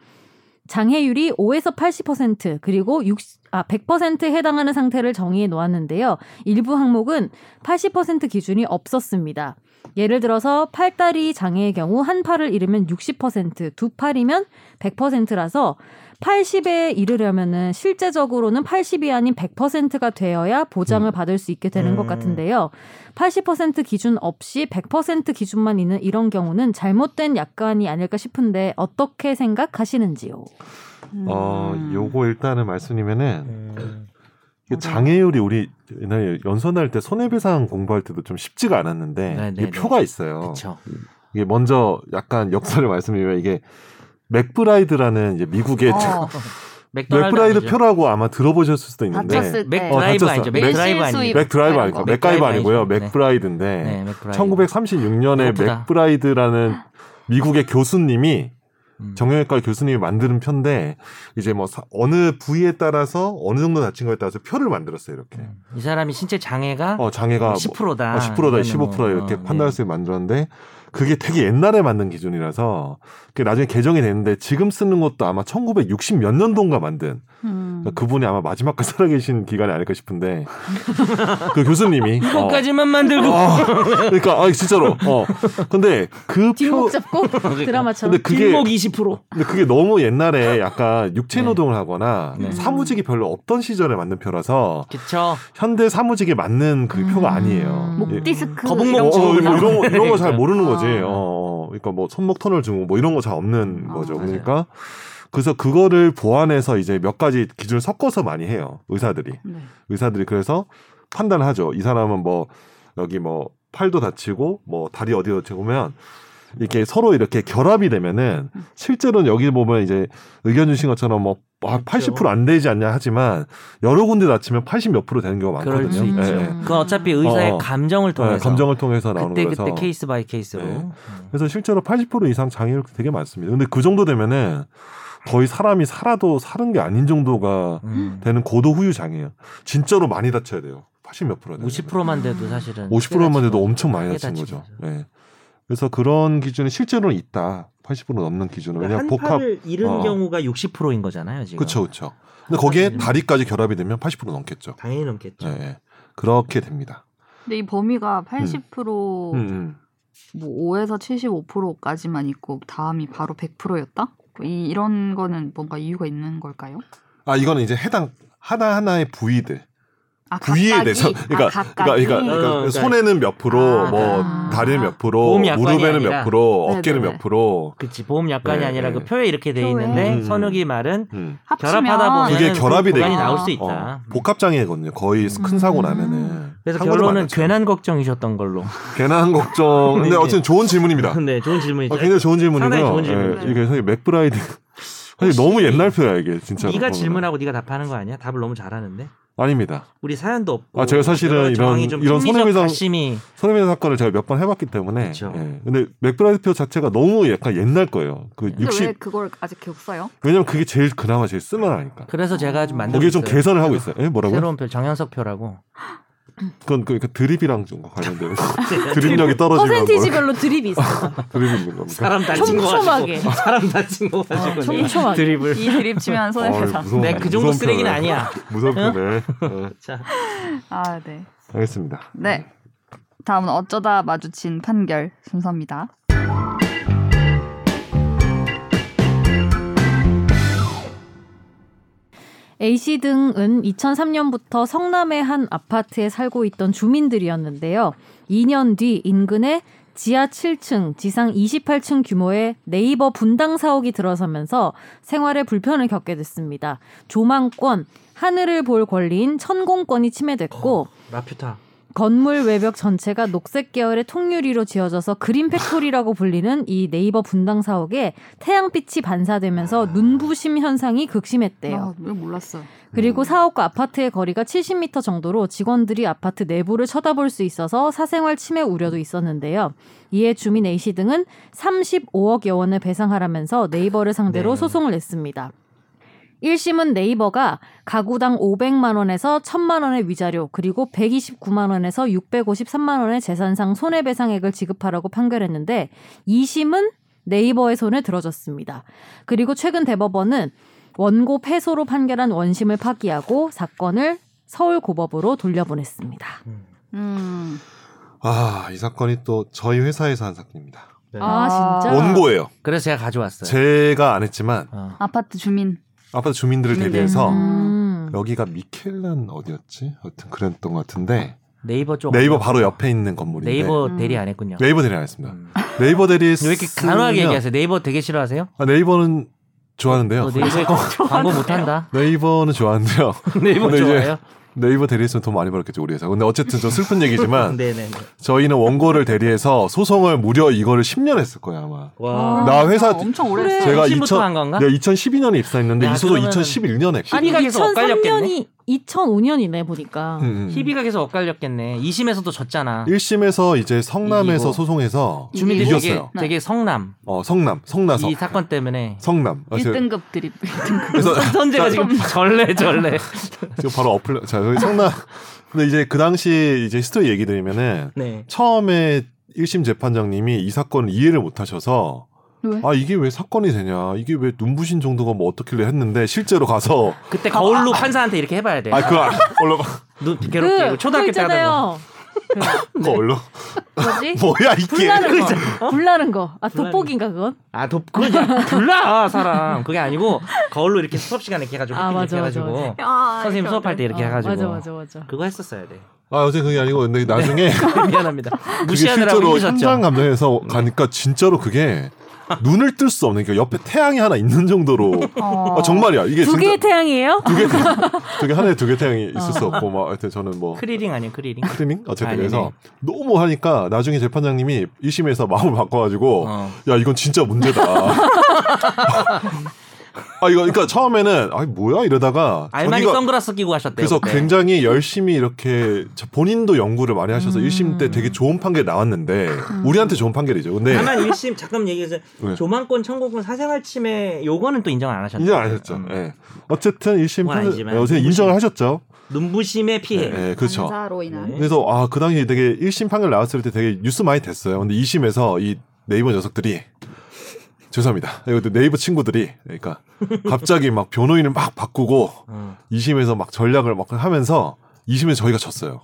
B: 장애율이 5에서 80% 그리고 60, 아, 100% 해당하는 상태를 정의해 놓았는데요. 일부 항목은 80% 기준이 없었습니다. 예를 들어서 팔다리 장애의 경우 한 팔을 잃으면 60%, 두 팔이면 100%라서 80에 이르려면은 실제적으로는 80이 아닌 100%가 되어야 보장을
D: 음.
B: 받을 수 있게 되는 것
C: 음.
B: 같은데요. 80% 기준 없이 100% 기준만 있는 이런 경우는 잘못된 약관이 아닐까 싶은데 어떻게 생각하시는지요?
D: 어,
A: 음.
C: 음.
D: 요거 일단은 말씀이면은 이게 장애율이 우리 옛날에 연수할 때 손해배상 공부할 때도 좀 쉽지가 않았는데
C: 네, 네, 네.
D: 이게 표가 있어요.
C: 그렇죠.
D: 이게 먼저 약간 역사를 말씀드리면 이게 맥브라이드라는 이제 미국의
A: 어,
C: 맥도날드
D: 맥브라이드
C: 아니죠.
D: 표라고 아마 들어보셨을 수도 있는데
A: 다쳤을
B: 네.
A: 때
C: 맥드라이브
D: 어,
C: 아니죠.
D: 다쳤어요.
C: 맥드라이브
A: 밀실
C: 아니죠.
A: 수입.
D: 맥드라이브 아니고
A: 맥-
D: 맥가이브 아니고요.
C: 네.
D: 맥브라이드인데
C: 네, 맥드라이브.
D: 1936년에
C: 그렇구나.
D: 맥브라이드라는 미국의 교수님이
C: 음.
D: 정형외과 교수님이 만드는 표인데 이제 뭐 사- 어느 부위에 따라서 어느 정도 다친 거에 따라서 표를 만들었어요 이렇게
C: 음. 이 사람이 신체 장애가
D: 어 장애가
C: 10%다.
D: 뭐, 어, 10%다
C: 이거는
D: 15%
C: 뭐,
D: 이렇게
C: 어, 네.
D: 판단할 수 있게 만들었는데 그게 되게 옛날에 만든 기준이라서 그게 나중에 개정이 됐는데 지금 쓰는 것도 아마 1960 몇 년도인가 만든
A: 음.
D: 그분이 아마 마지막까지 살아계신 기간이 아닐까 싶은데 그 교수님이 어,
C: 끝까지만 만들고
D: 어, 그러니까 아 진짜로 어 근데 그 표
B: 뒷목 잡고 드라마처럼
D: 근데 그게
C: 뒷목 20%.
D: 근데 그게 너무 옛날에 약간 육체
C: 네.
D: 노동을 하거나 뭐
C: 네.
D: 사무직이 별로 없던 시절에 만든 표라서
C: 그쵸.
D: 현대 사무직에 맞는 그
C: 음.
D: 표가 아니에요.
C: 뭐
B: 목
D: 예.
A: 디스크
C: 거북목
D: 어,
A: 이런 거.
D: 어,
C: 친구구나.
D: 이런 거- 이런 거 잘
C: 그러니까.
D: 모르는
A: 아.
D: 거지. 어, 어. 그러니까 뭐 손목 터널 증후뭐 이런 거 잘 없는
A: 아.
D: 거죠.
C: 맞아요.
D: 그러니까 그래서 그거를 보완해서 이제 몇 가지 기준을 섞어서 많이 해요. 의사들이
A: 네.
D: 의사들이 그래서 판단하죠. 이 사람은 뭐 여기 뭐 팔도 다치고 뭐 다리 어디 다치고 면 이렇게 서로 이렇게 결합이 되면은 실제로는 여기 보면 이제 의견 주신 것처럼
C: 그렇죠.
D: 뭐80% 아, 안 되지 않냐 하지만 여러 군데 다치면 80 몇 프로 되는 경우가
C: 그럴
D: 많거든요.
C: 수 있죠.
D: 예, 예.
A: 음.
C: 그건 어차피 의사의
D: 어, 어.
C: 감정을
D: 네,
C: 통해서
D: 감정을 통해서 나오는
C: 그때
D: 거라서
C: 그때 케이스 바이 케이스로.
D: 네.
C: 음.
D: 그래서 실제로 80% 이상 장애율 되게 많습니다. 근데 그 정도 되면은 거의 사람이 살아도 사는 게 아닌 정도가
C: 음.
D: 되는 고도 후유 장애예요. 진짜로 많이 다쳐야 돼요. 80 몇 프로
C: 50%만 돼도 사실은
D: 50%만 돼도 엄청 많이
C: 크게
D: 다친
C: 다친
D: 거죠. 예. 그래서 그런 기준이 실제로는 있다. 80% 넘는 기준은 왜냐
C: 그러니까 한
D: 복합
C: 팔을 잃은
D: 어.
C: 경우가 60%인 거잖아요 지금.
D: 그렇죠, 그렇죠. 근데 거기에
C: 팔을-
D: 다리까지 결합이 되면 80% 넘겠죠.
C: 당연히 넘겠죠.
D: 예, 예. 그렇게 됩니다.
A: 근데 이 범위가 80%,
D: 음,
A: 뭐 5에서 75%까지만 있고 다음이 바로 100%였다? 이, 이런 거는 뭔가 이유가 있는 걸까요?
D: 아 이거는 이제 해당 하나 하나의 부위들,
A: 아,
D: 부위에
A: 각각이?
D: 대해서
A: 아,
D: 그러니까 그러니까,
A: 각각이?
D: 그러니까, 그러니까
C: 어, 그러니까.
D: 손에는 몇 프로,
A: 아,
D: 뭐
A: 아.
D: 다리는 몇 프로,
C: 보험 약관이
D: 무릎에는 몇
C: 아니라.
D: 프로,
A: 네네네.
D: 어깨는 몇 프로.
C: 그치 보험 약관이
D: 네,
C: 아니라
D: 네.
C: 그 표에 이렇게 돼
A: 표에.
C: 있는데
D: 음.
C: 선욱이 말은
D: 음.
A: 합치면
C: 결합하다 보면
D: 그게 결합이
C: 구간이
D: 되겠다.
C: 나올 수
D: 어,
C: 있다. 음.
D: 복합 장애거든요. 거의 큰
A: 음.
D: 사고 나면은.
C: 그래서
D: 사고를
C: 결론은
D: 많았죠.
C: 괜한 걱정이셨던 걸로.
D: 괜한 걱정. 근데
C: 네.
D: 어쨌든 좋은 질문입니다.
C: 네, 좋은 질문이죠.
D: 아, 굉장히 좋은 질문이고요.
C: 상당히 좋은 질문이죠.
D: 예, 이게 사실 맥브라이드 사실 너무 옛날 표야 이게 진짜.
C: 네가 질문하고 네가 답하는 거 아니야? 답을 너무 잘하는데.
D: 아닙니다.
C: 우리 사연도 없고.
D: 아, 제가 사실은
C: 여러 정황이
D: 이런-
C: 좀
D: 이런
C: 심리적
D: 손해배상-
C: 가심이
D: 손해배상 사건을 제가 몇 번 해봤기 때문에.
C: 그쵸.
D: 예. 근데 맥브라이드 표 자체가 너무 약간 옛날 거예요. 그
A: 근데
D: 60.
A: 왜 그걸 아직 기억사요?
D: 왜냐면 그게 제일 그나마 제일 쓸만하니까.
C: 그래서 제가 좀 만들고
D: 거기에 좀
C: 있어요.
D: 개선을 하고 있어요. 예? 뭐라고요?
C: 새로운 표 정현석 표라고.
D: 그건 그, 그 드립이랑 좀 관련된 거. 드립력이 떨어지면 뭐-
B: 퍼센티지별로 드립이 있어.
D: 드립이 있는 겁니까?
C: 사람 다친 거
B: 촘촘하게.
C: 가지고. 사람 다친 거 가지고.
B: 어,
C: 내가
B: 촘촘하게.
C: 드립을.
A: 이 드립 치면 손해배상.
D: 아, 무서운-
C: 네, 그 정도
D: 무서운
C: 쓰레기는
D: 표현을.
C: 아니야. 어?
D: 무서운 표네.
C: 자,
A: 아, 네.
D: 알겠습니다.
A: 네. 다음은 어쩌다 마주친 판결 순서입니다.
B: A씨 등은 2003년부터 성남의 한 아파트에 살고 있던 주민들이었는데요. 2년 뒤 인근에 지하 7층, 지상 28층 규모의 네이버 분당 사옥이 들어서면서 생활에 불편을 겪게 됐습니다. 조망권, 하늘을 볼 권리인 천공권이 침해됐고
C: 라퓨타.
B: 건물 외벽 전체가 녹색 계열의 통유리로 지어져서 그린 팩토리라고 불리는 이 네이버 분당 사옥에 태양빛이 반사되면서 눈부심 현상이 극심했대요.
A: 아, 왜 몰랐어요?
B: 그리고 사업과 아파트의 거리가 70m 정도로 직원들이 아파트 내부를 쳐다볼 수 있어서 사생활 침해 우려도 있었는데요. 이에 주민 A씨 등은 35억여 원을 배상하라면서 네이버를 상대로
C: 네.
B: 소송을 냈습니다. 1심은 네이버가 가구당 500만 원에서 1000만 원의 위자료 그리고 129만 원에서 653만 원의 재산상 손해배상액을 지급하라고 판결했는데 2심은 네이버의 손을 들어줬습니다. 그리고 최근 대법원은 원고 패소로 판결한 원심을 파기하고 사건을 서울고법으로 돌려보냈습니다.
C: 음.
A: 음.
D: 아, 이 사건이 또 저희 회사에서 한 사건입니다.
C: 네.
B: 아, 진짜?
D: 원고예요.
C: 그래서 제가 가져왔어요.
D: 제가 안 했지만
C: 어.
A: 아파트 주민.
D: 아파트 주민들을
C: 네,
A: 주민들.
D: 대비해서
B: 음.
D: 여기가 미켈란 어디였지? 하여튼 그랬던 것 같은데
C: 네이버 쪽.
D: 네이버
C: 아니요?
D: 바로 옆에 있는
C: 음.
D: 건물인데
C: 네이버
A: 음.
C: 대리 안 했군요.
D: 네이버 대리 안 했습니다.
C: 음.
D: 네이버 대리
C: 왜 이렇게
D: 쓰면-
C: 단호하게 얘기하세요? 네이버 되게 싫어하세요?
D: 아, 네이버는
C: 너
D: 좋아하는데요.
C: 네이버에 광고 못 한다.
D: 네이버는 좋아하는데요.
C: 네이버
D: 근데 이제
C: 좋아요.
D: 네이버 대리했으면 돈 많이 벌었겠죠 우리 회사. 근데 어쨌든 저 슬픈 얘기지만
C: 네네.
D: 저희는 원고를 대리해서 소송을 무려 이거를 10년 했을 거예요 아마.
C: 와.
D: 나 회사
A: 아, 엄청 오래
B: 그래.
A: 했어요.
D: 제가
C: 심부터
D: 2000
C: 한 건가?
D: 내가 2012년에 입사했는데
C: 야,
D: 이 소송
C: 그러면은-
D: 2011년에 했고.
C: 아니, 시비가 계속 엇갈렸겠네.
B: 2003년이 2005년이네 보니까.
D: 음, 음.
C: 희비가 계속 엇갈렸겠네. 2심에서도 졌잖아.
D: 1심에서 이제 성남에서
C: 이기고.
D: 소송해서
C: 주민들이 되게,
B: 네.
D: 이겼어요.
C: 되게 성남.
D: 어, 성남, 성나서.
C: 이 사건 때문에.
D: 성남. 아, 제가-
A: 1등급 드립. 1등급.
D: 그래서
C: 선재가 지금 절레 절레.
D: 지금 바로 어플 자, 저희 성남. 근데 이제 그 당시 이제 스토리 얘기 드리면은
C: 네.
D: 처음에 1심 재판장님이 이 사건을 이해를 못 하셔서
A: 왜?
D: 아 이게 왜 사건이 되냐 이게 왜 눈부신 정도가 뭐 어떻길래 했는데 실제로 가서
C: 그때 거울로 판사한테 이렇게 해봐야 돼.
D: 아 그거 안- 얼른
C: 눈 괴롭게 이거 초등학교
B: 아, 그거
C: 때 하던 거.
B: 있잖아요.
D: 그거 얼른
B: 뭐지?
D: 뭐야 이게 그러니까
B: 불나는 거. 불나는 거. 아
C: 불나는
B: 돋보기인가 그건?
C: 아, 돕 그거 이제 불나 사람. 그게 아니고 거울로 이렇게 수업 시간에 이렇게 해가지고
B: 아,
C: 이렇게
B: 맞아, 맞아,
C: 해가지고
A: 아,
C: 선생님
A: 이렇게
C: 수업할 때 이렇게
B: 어,
C: 해가지고
B: 맞아 맞아 맞아.
C: 그거 했었어야 돼.
D: 아 어제 그게 아니고 근데 나중에
C: 미안합니다.
D: 그게
C: 무시하느라고
D: 실제로 현장
C: 힘드셨죠.
D: 감정에서 가니까 진짜로 그게 눈을 뜰 수 없는 그러니까 옆에 태양이 하나 있는 정도로
A: 어.
D: 아, 정말이야 이게
B: 두 개의
D: 진짜
B: 태양이에요?
D: 두개 두개 하나에 두 개 태양이 있을
B: 어.
D: 수 없고 막 하여튼 저는 뭐
C: 크리링 아니에요 크리링
D: 크리밍 어쨌든
C: 아,
D: 그래서 너무 하니까 나중에 재판장님이 1심에서 마음을 바꿔가지고
C: 어.
D: 야 이건 진짜 문제다. 아 이거 그러니까 처음에는 아 뭐야 이러다가
C: 알마니
D: 자기가-
C: 선글라스 끼고 하셨대요 네.
D: 그래서
C: 그때.
D: 굉장히 열심히 이렇게 자- 본인도 연구를 많이 하셔서
B: 음.
D: 1심 때 되게 좋은 판결 나왔는데 우리한테 좋은 판결이죠. 근데
C: 다만 1심 잠깐 얘기해서
D: 네.
C: 조만권 청구권 사생활 침해 요거는 또 인정 안 하셨죠.
D: 인정 안 하셨죠.
C: 음.
D: 예. 어쨌든 1심
C: 그건
D: 판결
C: 아니지만.
D: 어쨌든 인정을 하셨죠.
C: 눈부심의 피해.
D: 예, 예, 그렇죠.
A: 반사로 인한
C: 네.
D: 그래서 아 그 당시 되게 1심 판결 나왔을 때 되게 뉴스 많이 됐어요. 근데 2심에서 이 네이버 녀석들이 죄송합니다. 이것도 네이버 친구들이 그러니까 갑자기 막 변호인을 막 바꾸고
C: 어.
D: 2심에서 막 전략을 막 하면서 2심에서 저희가 졌어요.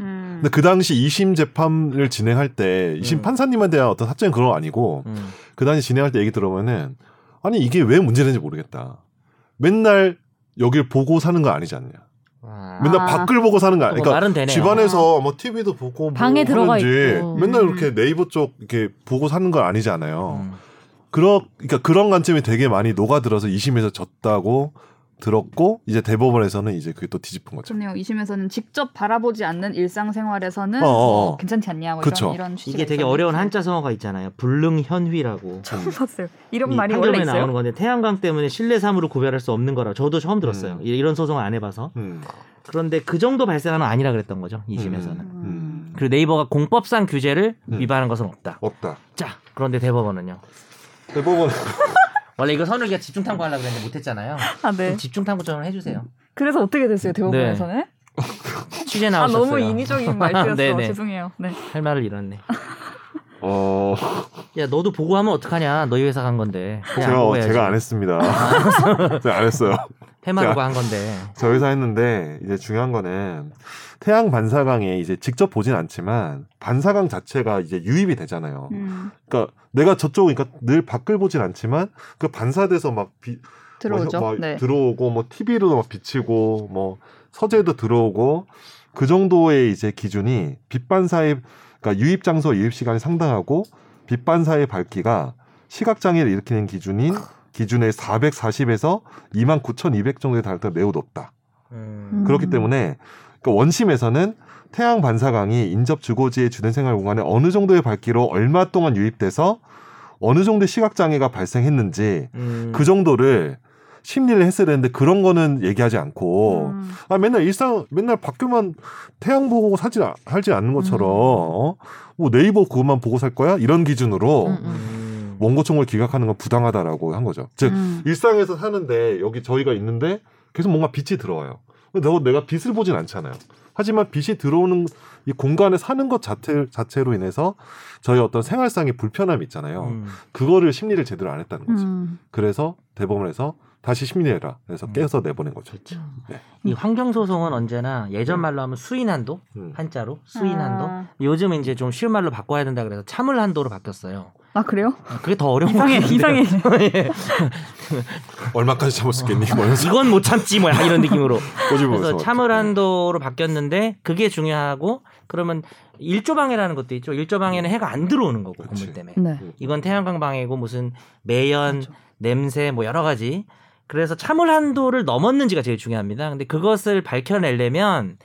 A: 음.
D: 근데 그 당시 2심 재판을 진행할 때 2심
C: 음.
D: 판사님에 대한 어떤 사적인 그런 건 아니고
C: 음.
D: 그 당시 진행할 때 얘기 들어보면은 아니 이게 왜 문제인지 모르겠다. 맨날 여길 보고 사는 거 아니지 않냐.
C: 와.
D: 맨날
A: 아.
D: 밖을 보고 사는 거
C: 어,
D: 아니야. 그러니까
C: 말은 되네요.
D: 집안에서 뭐 TV도 보고 뭐
B: 방에 들어가
D: 하는지
B: 있고.
D: 맨날
A: 음.
D: 이렇게 네이버 쪽 이렇게 보고 사는 건 아니잖아요.
C: 음.
D: 그러 그러니까 그런 관점이 되게 많이 녹아들어서 2심에서 졌다고 들었고 이제 대법원에서는 이제 그게 또 뒤집은
B: 음.
D: 거죠.
A: 좋네요. 2심에서는 직접 바라보지 않는 일상생활에서는
D: 어, 어, 어.
A: 괜찮지 않냐 뭐
D: 그쵸.
A: 이런 이런 취지가
C: 이게 되게
A: 있었는데.
C: 어려운 한자 성어가 있잖아요. 불능현휘라고.
A: 처음 봤어요. 이런
C: 이
A: 말이 원래
C: 판결문에
A: 있어요.
C: 나오는 건데 태양광 때문에 실내 사물을 구별할 수 없는 거라 저도 처음 들었어요.
D: 음.
C: 이- 이런 소송을 안 해봐서
D: 음.
C: 그런데 그 정도 발생하는 건 아니라 그랬던 거죠 이 심에서는.
D: 음. 음.
C: 그리고 네이버가 공법상 규제를
D: 음.
C: 위반한 것은 없다.
D: 없다.
C: 자 그런데 대법원은요.
D: 대법원
C: 원래 이거 선우기가 집중 탐구하려고 했는데 못했잖아요.
A: 아, 네.
C: 그럼 집중 탐구 좀 해주세요.
A: 그래서 어떻게 됐어요 대법원에서는?
C: 취재
A: 아
C: 네. 나오셨어요.
A: 너무 인위적인 말투였어.
C: 네, 네.
A: 죄송해요. 네.
C: 할 말을 잃었네.
D: 어
C: 야 너도 보고하면 어떡하냐? 너희 회사 간 건데. 그냥 안 아,
D: 제가 어,
C: 보고해야지.
D: 제가 안 했습니다. 제가 안 했어요.
C: 테마로가 한 건데.
D: 저희서 했는데 이제 중요한 거는 태양 반사광에 이제 직접 보진 않지만 반사광 자체가 이제 유입이 되잖아요.
A: 음,
D: 그러니까 내가 저쪽 그러니까 늘 밖을 보진 않지만 그 반사돼서 막 비,
A: 들어오죠.
D: 막, 혀- 막
A: 네.
D: 들어오고 뭐 TV로도 막 비치고 뭐 서재도 들어오고 그 정도의 이제 기준이 빛 반사의 그러니까 유입 장소 유입 시간이 상당하고 빛 반사의 밝기가 시각 장애를 일으키는 기준인 기준의 440에서 29,200 정도에 달할 때 매우 높다.
C: 음.
D: 그렇기
B: 음.
D: 때문에 그 원심에서는 태양 반사광이 인접 주거지의 주된 생활 공간에 어느 정도의 밝기로 얼마 동안 유입돼서 어느 정도의 시각 장애가 발생했는지
C: 음.
D: 그 정도를 심리를 했어야 되는데 그런 거는 얘기하지 않고
A: 음.
D: 아 맨날 일상 맨날 밖에만 태양 보고 살지 아- 살지 않는 것처럼
B: 음.
D: 어? 뭐 네이버 그것만 보고 살 거야 이런 기준으로
B: 음, 음.
C: 음.
D: 원고청을 기각하는 건 부당하다라고 한 거죠. 즉
B: 음.
D: 일상에서 사는데 여기 저희가 있는데 계속 뭔가 빛이 들어와요. 근데 너- 내가 빛을 보진 않잖아요. 하지만 빛이 들어오는 이 공간에 사는 것 자체, 자체로 인해서 저희 어떤 생활상의 불편함이 있잖아요.
C: 음.
D: 그거를 심리를 제대로 안 했다는 거지.
B: 음.
D: 그래서 대법원에서 다시 심리해라. 그래서
C: 음.
D: 깨서 내보낸 거죠. 네.
C: 이 환경 소송은 언제나 예전 말로 하면 수인한도
D: 음.
C: 한자로 수인한도
A: 아,
C: 요즘 이제 좀 쉬운 말로 바꿔야 된다 그래서 참을 한도로 바뀌었어요.
A: 아 그래요?
C: 아, 그게 더 어려운
A: 이상해
C: 것 같은데요.
A: 이상해.
C: 예.
D: 얼마까지 참을 수 있겠니? 뭐 이러면서
C: 이건 못 참지 뭐야 이런 느낌으로. 그래서
D: 꼬집으면서
C: 참을 한도로 바뀌었는데 그게 중요하고 그러면 일조방해라는 것도 있죠. 일조방해는 해가 안 들어오는 거고
D: 그치.
C: 건물 때문에.
A: 네. 그렇죠.
C: 이건 태양광 방해고 무슨 매연, 냄새 뭐 여러 가지. 그래서 참을 한도를 넘었는지가 제일 중요합니다. 근데 그것을 밝혀내려면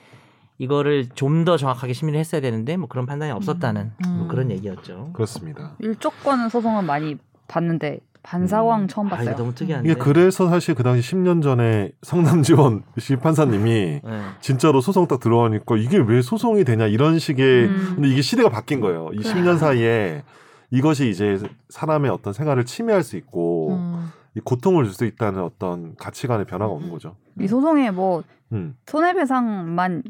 C: 이거를 좀 더 정확하게 심의를 했어야 되는데 뭐 그런 판단이 없었다는
B: 음.
C: 뭐 그런 얘기였죠.
D: 그렇습니다.
A: 일조권 소송은 많이 봤는데 반사광
D: 음.
A: 처음
C: 아,
A: 봤어요.
C: 이거 너무 특이한데.
D: 이게 그래서 사실 그 당시 10년 전에 성남지원 시 판사님이
C: 네.
D: 진짜로 소송 딱 들어가니까 이게 왜 소송이 되냐 이런 식의
A: 음.
D: 근데 이게 시대가 바뀐 거예요. 이
A: 네.
D: 10년 사이에 이것이 이제 사람의 어떤 생활을 침해할 수 있고
B: 음.
D: 이 고통을 줄 수 있다는 어떤 가치관의 변화가
A: 음.
D: 온 거죠.
A: 이 소송에 뭐
D: 음.
A: 손해배상만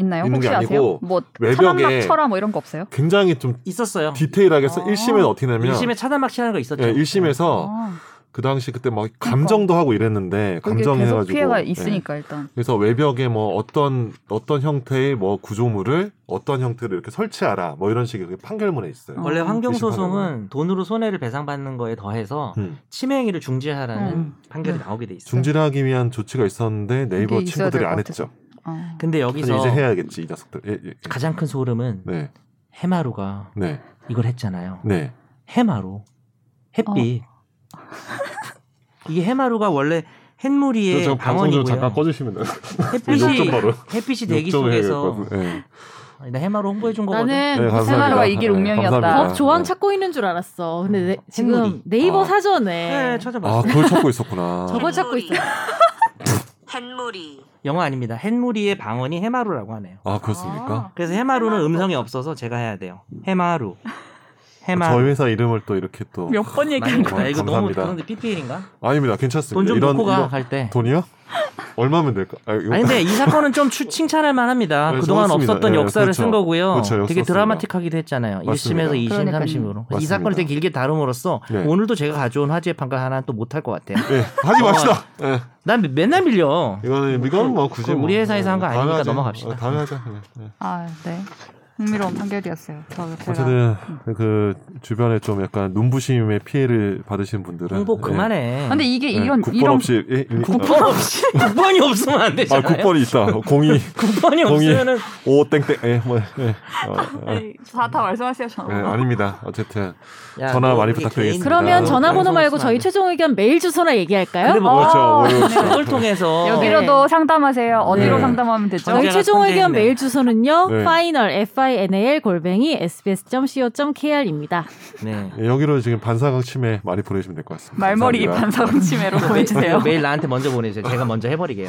A: 있나요?
D: 있는 게
A: 혹시 아세요?
D: 아니고
A: 뭐
D: 외벽에-
A: 천안막 철화 뭐 이런 거 없어요?
D: 굉장히 좀
C: 있었어요.
D: 디테일하게
A: 아.
D: 서 1심에는 어떻게 되냐면
C: 1심에 차단막 시하는 거 있었죠.
D: 예, 1심에서
A: 아, 그러니까.
D: 그 당시 그때 막 감정도 하고 이랬는데
A: 그게
D: 감정
A: 계속
D: 해가지고 네. 예.
A: 피해가 있으니까 일단.
D: 그래서 외벽에 뭐 어떤 어떤 형태의 뭐 구조물을 어떤 형태로 이렇게 설치하라 뭐 이런 식의 그게 판결문에 있어요.
C: 예. 원래
A: 음,
C: 환경
D: 의심하는
C: 소송은 돈으로 손해를 배상받는 거에 더해서
D: 음.
C: 침해 행위를 중지하라는
A: 음.
C: 판결이
A: 네.
C: 나오게 돼 있어요.
D: 중지를 하기 위한 조치가 있었는데 네이버
A: 그게 있어야
D: 친구들이
A: 될
D: 안
A: 것
D: 했죠.
A: 아.
C: 근데
D: 근데
C: 여기서
D: 이제 해야겠지 이 녀석들. 예, 예, 예.
C: 가장 큰 소름은
D: 네,
C: 해마루가
D: 네,
C: 이걸 했잖아요.
D: 네.
C: 해마루 햇빛. 어. 이게 해마루가 원래
E: 저
C: 햇무리의
E: 지금 방송 좀
C: 예, 방언이고요.
E: 잠깐 꺼주시면 욕
C: 햇빛이
E: 좀 바로.
C: 햇빛이 대기
E: 욕좀 해야
C: 속에서
E: 될것 같은데. 예.
C: 아니, 나 해마루 홍보해 준 거거든.
B: 나는
E: 네, 감사합니다.
A: 해마루가 이길
E: 예,
A: 운명이었다. 어?
E: 감사합니다.
B: 법 조항
E: 네.
B: 찾고 있는 줄 알았어. 근데 내- 지금
C: 행물이.
B: 네이버
D: 아.
B: 사전에
C: 네, 찾아봤어.
D: 아, 그걸 찾고 있었구나.
B: 저걸 찾고 있어.
F: 한무리
C: 영어 아닙니다. 햇무리의 방언이 해마루라고 하네요.
D: 아, 그렇습니까?
C: 그래서 해마루는 음성이 없어서 제가 해야 돼요. 해마루.
D: 아, 저희
C: 해마루.
D: 회사 이름을 또 이렇게 또
A: 몇 번 얘기한
C: 많이
A: 거야.
C: 거야. 이거 너무
D: 감사합니다.
C: 그런데 PPL인가?
D: 아닙니다. 괜찮습니다.
C: 돈 좀
D: 이런
C: 놓고
D: 이런-
C: 가갈 때.
D: 돈이요? 얼마면 될까? 아,
C: 아니 근데 이 사건은 좀 추- 칭찬할 만합니다.
D: 네,
C: 그동안
D: 썼습니다.
C: 없었던
D: 예,
C: 역사를
D: 그렇죠.
C: 쓴 거고요.
D: 그렇죠,
C: 되게
D: 썼습니다.
C: 드라마틱하기도 했잖아요.
D: 맞습니다.
C: 1심에서 2심,
A: 그러니까요.
C: 3심으로. 이
D: 맞습니다.
C: 사건을 되게 길게 다룸으로써
D: 네.
C: 오늘도 제가 가져온 화제의 판가 하나 또 못할 것 같아요.
D: 예, 하지 맙시다. 예,
C: 난 맨날 밀려.
D: 이거는 이건 뭐 굳이
C: 그럼
D: 뭐,
C: 우리 회사에서 한거
D: 예,
C: 아니니까
D: 당연하지.
C: 넘어갑시다.
D: 어, 당연하죠. 예, 예.
A: 아, 네. 흥미로운 판결이었어요. 저 제가
D: 어쨌든 그 주변에 좀 약간 눈부심의 피해를 받으신 분들은
C: 홍보
D: 예.
C: 그만해.
A: 근데 이게
D: 예,
A: 이런
D: 국번
A: 이런
D: 없이 예, 일-
C: 국번 없이 국번이 없으면 안
D: 아
C: 되잖아요.
D: 국번이 있다. 공이
C: 국번이
D: 공이-
A: 어?
C: 없으면은
D: 오 땡땡 예, 뭐 예. 어, 예.
A: 다다 말씀하세요. 저.
D: 예, 아닙니다. 어쨌든
C: 야,
D: 전화
C: 너
D: 많이
C: 그렇게
D: 부탁드리겠습니다.
C: 개인-
B: 그러면
D: 아,
B: 전화번호
C: 방송
B: 말고
C: 없으면
B: 저희
C: 안 돼.
B: 최종 의견 메일 주소나 얘기할까요? 어,
C: 근데 뭐-
D: 그렇죠. 뭐,
C: 그걸 통해서
A: 어? 여기로도 상담하세요. 어디로
D: 네.
A: 상담하면 되죠?
C: 네.
B: 저희 최종
C: 선재가
B: 의견
C: 선재했네.
B: 메일 주소는요.
D: 네.
B: final final 골뱅이 sbs.co.kr입니다.
C: 네.
D: 예, 여기로 지금 반사각 침해 많이 보내주시면 될 것 같습니다.
A: 말머리
D: 감사합니다. 네.
A: 반사방 치매로 보내주세요.
C: 매일 나한테 먼저 보내주세요. 제가 먼저 해버리게요.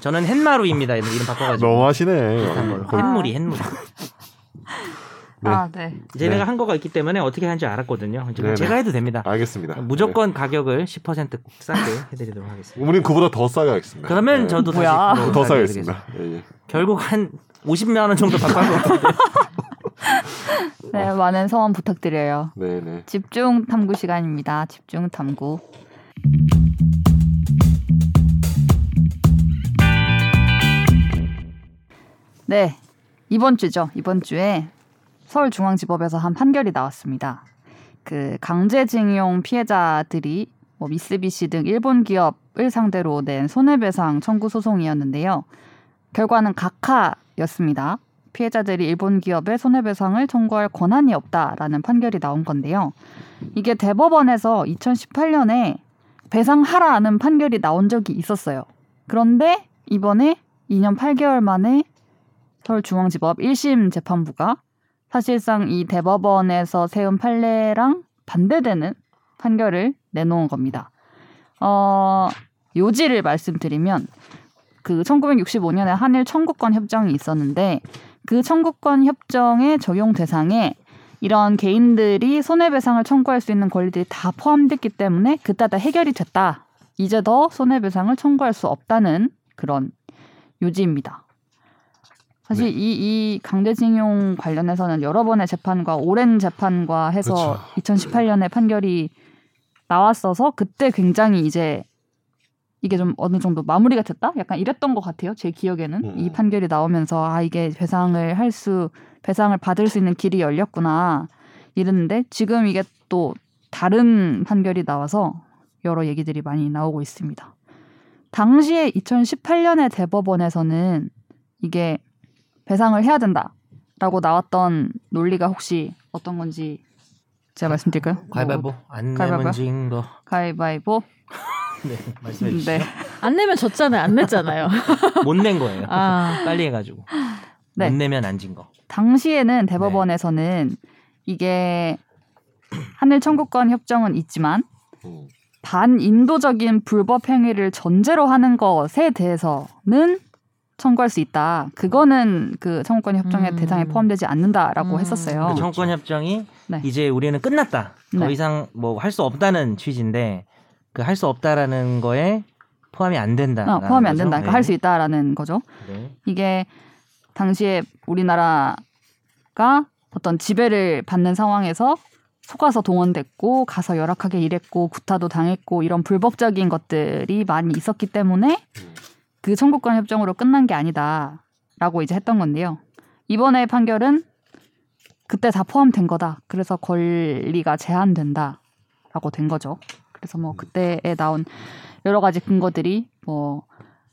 C: 저는 햇마루입니다. 이름 이름 바꿔가지고. 뭐.
D: 너무하시네. 거의
C: 햇물이 햇물.
D: 네.
A: 아, 네.
C: 제가
D: 네.
C: 한 거가 있기 때문에 어떻게 하는지 알았거든요. 제가,
D: 네네. 아, 네.
C: 제가 해도 됩니다.
D: 알겠습니다.
C: 아, 무조건 가격을 10% 싸게 해드리도록
D: 예.
C: 하겠습니다.
D: 우리는 그보다 더 싸게 하겠습니다.
C: 그러면
D: 예.
C: 저도
A: 뭐야.
C: 다시
D: 더
C: 싸게
D: 싸겠습니다. 예, 예.
C: 해드리겠습니다. 결국 한 50만 원 정도 바꿔서
A: 네, 많은 성원 부탁드려요.
D: 네, 네.
A: 집중 탐구 시간입니다. 집중 탐구. 네. 이번 주죠. 이번 주에 서울중앙지법에서 한 판결이 나왔습니다. 그 강제징용 피해자들이 뭐 미쓰비시 등 일본 기업을 상대로 낸 손해배상 청구 소송이었는데요. 결과는 각하였습니다. 피해자들이 일본 기업에 손해배상을 청구할 권한이 없다라는 판결이 나온 건데요. 이게 대법원에서 2018년에 배상하라는 판결이 나온 적이 있었어요. 그런데 이번에 2년 8개월 만에 서울중앙지법 1심 재판부가 사실상 이 대법원에서 세운 판례랑 반대되는 판결을 내놓은 겁니다. 어, 요지를 말씀드리면 그 1965년에 한일 청구권 협정이 있었는데 그 청구권 협정의 적용 대상에 이런 개인들이 손해배상을 청구할 수 있는 권리들이 다 포함됐기 때문에 그따다 해결이 됐다. 이제 더 손해배상을 청구할 수 없다는 그런 요지입니다. 사실 이, 이 강제징용 관련해서는 여러 번의 재판과 오랜 재판과 해서 2018년에 판결이 나왔어서 그때 굉장히 이제 이게 좀 어느 정도 마무리가 됐다? 약간 이랬던 것 같아요. 제 기억에는
D: 음.
A: 이 판결이 나오면서 아 이게 배상을 할 수 배상을 받을 수 있는 길이 열렸구나 이랬는데 지금 이게 또 다른 판결이 나와서 여러 얘기들이 많이 나오고 있습니다. 당시에 2018년에 대법원에서는 이게 배상을 해야 된다라고 나왔던 논리가 혹시 어떤 건지 제가 말씀드릴까요?
C: 가위바위보 안
A: 가위바위보?
C: 내면 진거
A: 가위바위보.
C: 네, 말씀해 주시죠.
A: 네.
B: 안 내면 졌잖아요. 안 냈잖아요.
C: 못 낸 거예요.
B: 아.
C: 빨리 해가지고
A: 네. 어,
C: 못 내면 안 진 거.
A: 당시에는 대법원에서는
D: 네.
A: 이게 한일 청구권 협정은 있지만
D: 음.
A: 반인도적인 불법 행위를 전제로 하는 것에 대해서는 청구할 수 있다. 그거는 그 청구권 협정의
B: 음.
A: 대상에 포함되지 않는다라고
B: 음.
A: 했었어요.
D: 그렇죠.
C: 청권 협정이
A: 네.
C: 이제 우리는 끝났다. 더
A: 네.
C: 이상 뭐 할 수 없다는 취지인데 그 할 수 없다라는 거에 포함이 안 된다.
A: 어, 포함이 안 된다.
D: 네.
A: 그러니까 할 수 있다라는 거죠.
C: 네.
A: 이게 당시에 우리나라가 어떤 지배를 받는 상황에서 속아서 동원됐고 가서 열악하게 일했고 구타도 당했고 이런 불법적인 것들이 많이 있었기 때문에 그 청구권 협정으로 끝난 게 아니다라고 이제 했던 건데요. 이번에 판결은 그때 다 포함된 거다. 그래서 권리가 제한된다라고 된 거죠. 그래서 뭐 그때에 나온 여러 가지 근거들이 뭐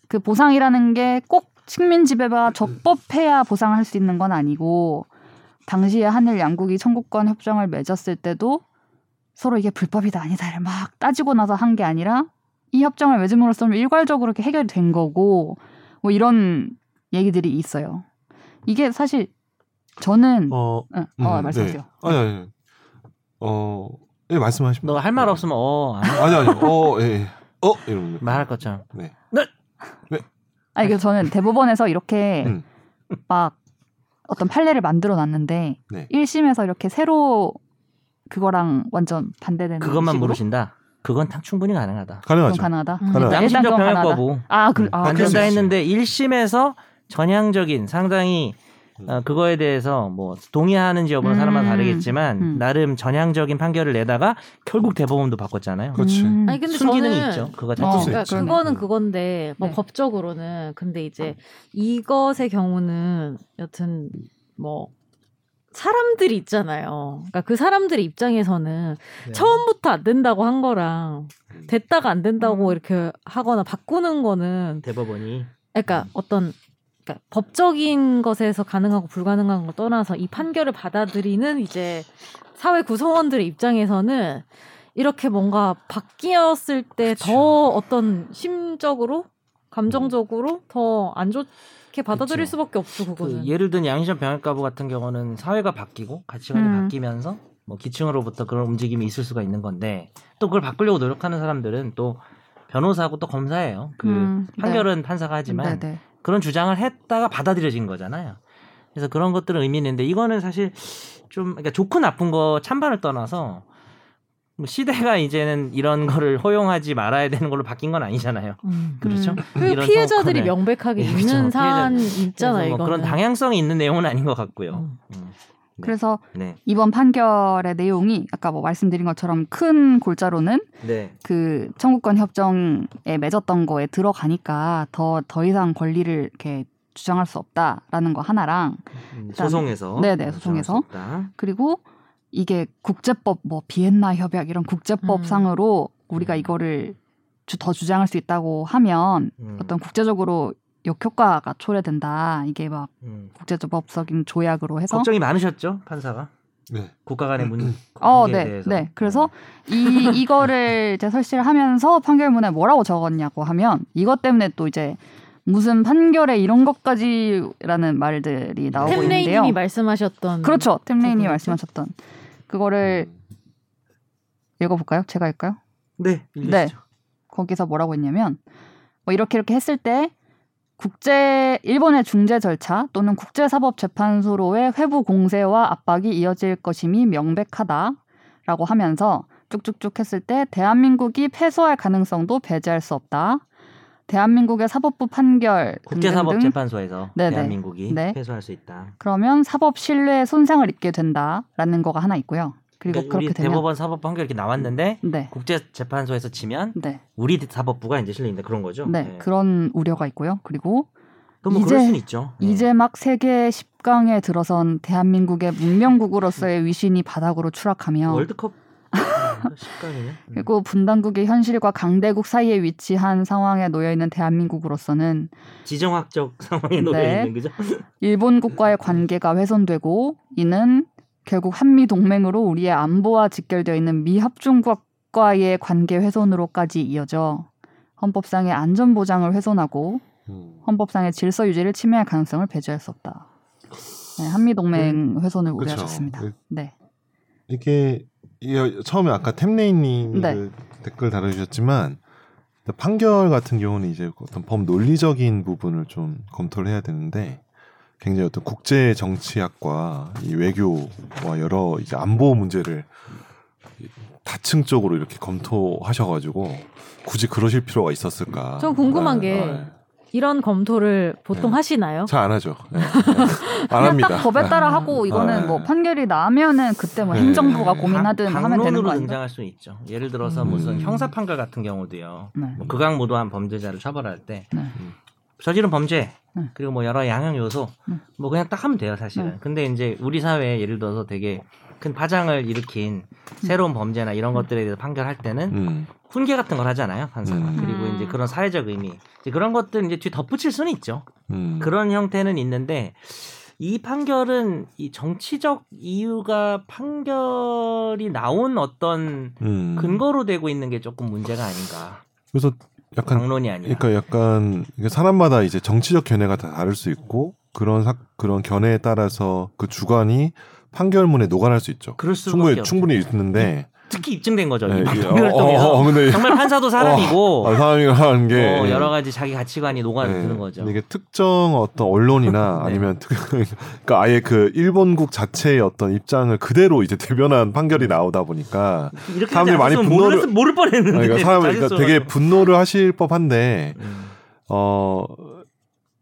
A: 그 보상이라는 게 꼭 식민 지배가 적법해야 보상할 수 있는 건 아니고 당시에 한일 양국이 청구권 협정을 맺었을 때도 서로 이게 불법이다 아니다를 막 따지고 나서 한 게 아니라 이 협정을 맺음으로써 좀 일괄적으로 이렇게 해결이 된 거고 뭐 이런 얘기들이 있어요. 이게 사실 저는 어,
D: 어,
A: 어,
D: 음,
A: 말씀하세요.
D: 네. 아니 아니. 어, 예 말씀하십니다.
C: 너 할 말 없으면 어 안-
D: 아니 아니. 어, 예. 예. 어, 이러면
C: 말할 것처럼.
A: 아니, 그 저는 대법원에서 이렇게
D: 네. 음.
A: 막 어떤 판례를 만들어 놨는데
D: 네.
A: 1심에서 이렇게 새로 그거랑 완전 반대되는 음,
C: 그것만
A: 식으로?
C: 모르신다. 그건 탕 충분히 가능하다.
A: 그건
D: 가능하죠.
A: 가능하다.
B: 음.
D: 가능하죠.
A: 네. 일단
C: 양심적
A: 그건
C: 병역
A: 가능하다.
C: 거부.
A: 아, 그, 아,
D: 바뀔
C: 안
D: 바뀔 수
C: 된다
D: 있지.
C: 했는데 1심에서 전향적인 상당히
D: 음.
C: 어, 그거에 대해서 뭐 동의하는지 여부는
A: 음.
C: 사람마다 다르겠지만
A: 음.
C: 나름 전향적인 판결을 내다가 결국 대법원도 바꿨잖아요.
D: 그렇지.
A: 음.
B: 아니 근데
C: 순기능이
B: 저는
C: 있죠. 네. 그거
A: 어,
C: 자체.
D: 수
B: 그러니까
D: 있지.
B: 그거는 그건데 뭐
A: 네.
B: 법적으로는 근데
C: 음.
B: 이제 이것의 경우는 여튼 뭐 사람들이 있잖아요. 그러니까 그 사람들의 입장에서는
C: 네.
B: 처음부터 안 된다고 한 거랑
D: 음.
B: 됐다가 안 된다고
A: 음.
B: 이렇게 하거나 바꾸는 거는
C: 대법원이 음.
B: 그러니까 어떤 그러니까 법적인 것에서 가능하고 불가능한 걸 떠나서 이 판결을 받아들이는 이제 사회 구성원들의 입장에서는 이렇게 뭔가 바뀌었을 때 더 어떤 심적으로 감정적으로 더 안 좋게 받아들일
C: 음. 그쵸.
B: 수밖에 없죠
C: 그
B: 그거는.
C: 예를 든 양심적 병역가부 같은 경우는 사회가 바뀌고 가치관이
A: 음.
C: 바뀌면서 뭐 기층으로부터 그런 움직임이 있을 수가 있는 건데 또 그걸 바꾸려고 노력하는 사람들은 또 변호사하고 또 검사예요. 그
A: 음, 네.
C: 판결은 판사가 하지만
A: 네, 네.
C: 그런 주장을 했다가 받아들여진 거잖아요. 그래서 그런 것들은 의미 있는데 이거는 사실 좀 그러니까 좋고 나쁜 거 찬반을 떠나서 뭐 시대가 이제는 이런 거를 허용하지 말아야 되는 걸로 바뀐 건 아니잖아요.
B: 음.
C: 그렇죠?
A: 음.
B: 그
C: 이런
B: 피해자들이
C: 사건을.
B: 명백하게
C: 예, 그렇죠.
B: 있는
C: 피해자.
B: 사안
C: 그래서
B: 있잖아요.
C: 뭐
B: 이거는.
C: 그런 방향성이 있는 내용은 아닌 것 같고요.
B: 음.
C: 음.
A: 그래서
C: 네.
A: 이번 판결의 내용이 아까 뭐 말씀드린 것처럼 큰 골자로는
C: 네.
A: 그 청구권 협정에 맺었던 거에 들어가니까 더 더 이상 권리를 이렇게 주장할 수 없다라는 거 하나랑
C: 음, 소송에서 음,
A: 네네, 소송에서. 그리고 이게 국제법 뭐 비엔나 협약 이런 국제법상으로 우리가
C: 음.
A: 이거를 주, 더 주장할 수 있다고 하면
C: 음,
A: 어떤 국제적으로 역효과가 초래된다. 이게 막 국제법적인 조약으로 해서
C: 음. 걱정이 많으셨죠 판사가
D: 네.
C: 국가 간의 문그
A: 어,
C: 관계에
A: 네,
C: 대해서. 음.
A: 네. 그래서 이 이거를 이제 설치를 하면서 판결문에 뭐라고 적었냐고 하면 이것 때문에 또 이제 무슨 판결에 이런 것까지라는 말들이 나오고 있는데요.
B: 템레이님이 말씀하셨던
A: 그렇죠. 템레인이
B: 부분이죠.
A: 말씀하셨던 그거를 읽어볼까요? 제가 할까요?
C: 네, 읽으시죠.
A: 거기서 뭐라고 했냐면 뭐 이렇게 이렇게 했을 때 국제 일본의 중재 절차 또는 국제사법재판소로의 회부 공세와 압박이 이어질 것임이 명백하다라고 하면서 쭉쭉쭉 했을 때 대한민국이 패소할 가능성도 배제할 수 없다. 대한민국의 사법부 판결 등등등
C: 국제사법재판소에서
A: 네네.
C: 대한민국이
A: 네.
C: 패소할 수 있다.
A: 그러면 사법 신뢰에 손상을 입게 된다라는 거가 하나 있고요. 그리고
C: 그러니까
A: 그렇게
C: 우리
A: 되면
C: 대법원 사법 판결 이렇게 나왔는데
A: 네,
C: 국제재판소에서 지면
A: 네,
C: 우리 사법부가 이제 실린다 그런 거죠.
A: 네, 그런 우려가 있고요. 그리고
C: 그럼 뭐
A: 이제-
C: 그럴 수는 있죠.
D: 음.
C: 네.
A: 이제 막 세계 10강에 들어선 대한민국의 문명국으로서의 위신이 바닥으로 추락하며
C: 월드컵 네, 10강이냐?
A: 뭐 그리고 분단국의 현실과 강대국 사이에 위치한 상황에 놓여 있는 대한민국으로서는
C: 지정학적 상황에 놓여
A: 네.
C: 있는 거죠.
A: 일본국과의 관계가 훼손되고 이는 결국 한미 동맹으로 우리의 안보와 직결되어 있는 미합중국과의 관계 훼손으로까지 이어져 헌법상의 안전 보장을 훼손하고
D: 음.
A: 헌법상의 질서 유지를 침해할 가능성을 배제할 수 없다. 네, 한미 동맹 훼손을
D: 그쵸.
A: 우려하셨습니다.
D: 네.
A: 네.
D: 이게 이- 처음에 아까 템레이님이
A: 네.
D: 그 댓글 달아주셨지만 판결 같은 경우는 이제 어떤 법 논리적인 부분을 좀 검토를 해야 되는데 굉장히 어떤 국제 정치학과 이 외교와 여러 이제 안보 문제를 이- 다층적으로 이렇게 검토하셔가지고 굳이 그러실 필요가 있었을까?
B: 전 궁금한 게 이런 검토를 보통
D: 네.
B: 하시나요?
D: 잘안 하죠. 예. 안 합니다.
A: 딱 법에 따라 하고 이거는
D: 아.
A: 뭐 판결이 나면은 그때 뭐
D: 네.
A: 행정부가
D: 네.
A: 고민하든
C: 강-
A: 하면 되는
C: 강론으로
A: 거 아닌가?
C: 등장할 수 있죠. 예를 들어서
B: 음.
C: 무슨 형사 판결 같은 경우도요.
A: 네.
C: 뭐 극악무도한 범죄자를 처벌할 때
A: 네.
C: 음, 저지른 범죄
A: 네.
C: 그리고 뭐 여러 양형 요소
A: 음.
C: 뭐 그냥 딱 하면 돼요 사실은.
A: 네.
C: 근데 이제 우리 사회에 예를 들어서 되게 큰 파장을 일으킨
A: 네.
C: 새로운 범죄나 이런 것들에 대해서 판결할 때는
D: 음.
C: 훈계 같은 걸 하잖아요 판사가.
D: 음.
C: 그리고 이제 그런 사회적 의미 이제 그런 것들 이제 뒤 덧붙일 수는 있죠.
D: 음.
C: 그런 형태는 있는데 이 판결은 이 정치적 이유가 판결이 나온 어떤
D: 음.
C: 근거로 되고 있는 게 조금 문제가 아닌가.
D: 그래서 약간
C: 강론이 아니라.
D: 그러니까 약간 이게 사람마다 이제 정치적 견해가 다 다를 수 있고 그런 사, 그런 견해에 따라서 그 주관이 판결문에 녹아날 수 있죠.
C: 그럴 수밖에
D: 충분히
C: 없
D: 충분히 있는데
C: 특히 입증된 거죠.
D: 예,
C: 이
D: 이게-
C: 판결을 통해서.
D: 어, 근데
C: 정말 판사도 사람이고
D: 아, 사람이라는 게
C: 어, 여러 가지 자기 가치관이 녹아드는
D: 예,
C: 거죠.
D: 근데 이게 특정 어떤 언론이나
C: 네.
D: 아니면 특, 그러니까 아예 그 일본국 자체의 어떤 입장을 그대로 이제 대변한 판결이 나오다 보니까
C: 이렇게
D: 사람들이 많이
C: 모를,
D: 분노를-
C: 모를, 모를 뻔했는데.
D: 그러니까 사람 그러니까
C: 네.
D: 되게
C: 자주 써가지고.
D: 분노를 하실 법한데
C: 음.
D: 어,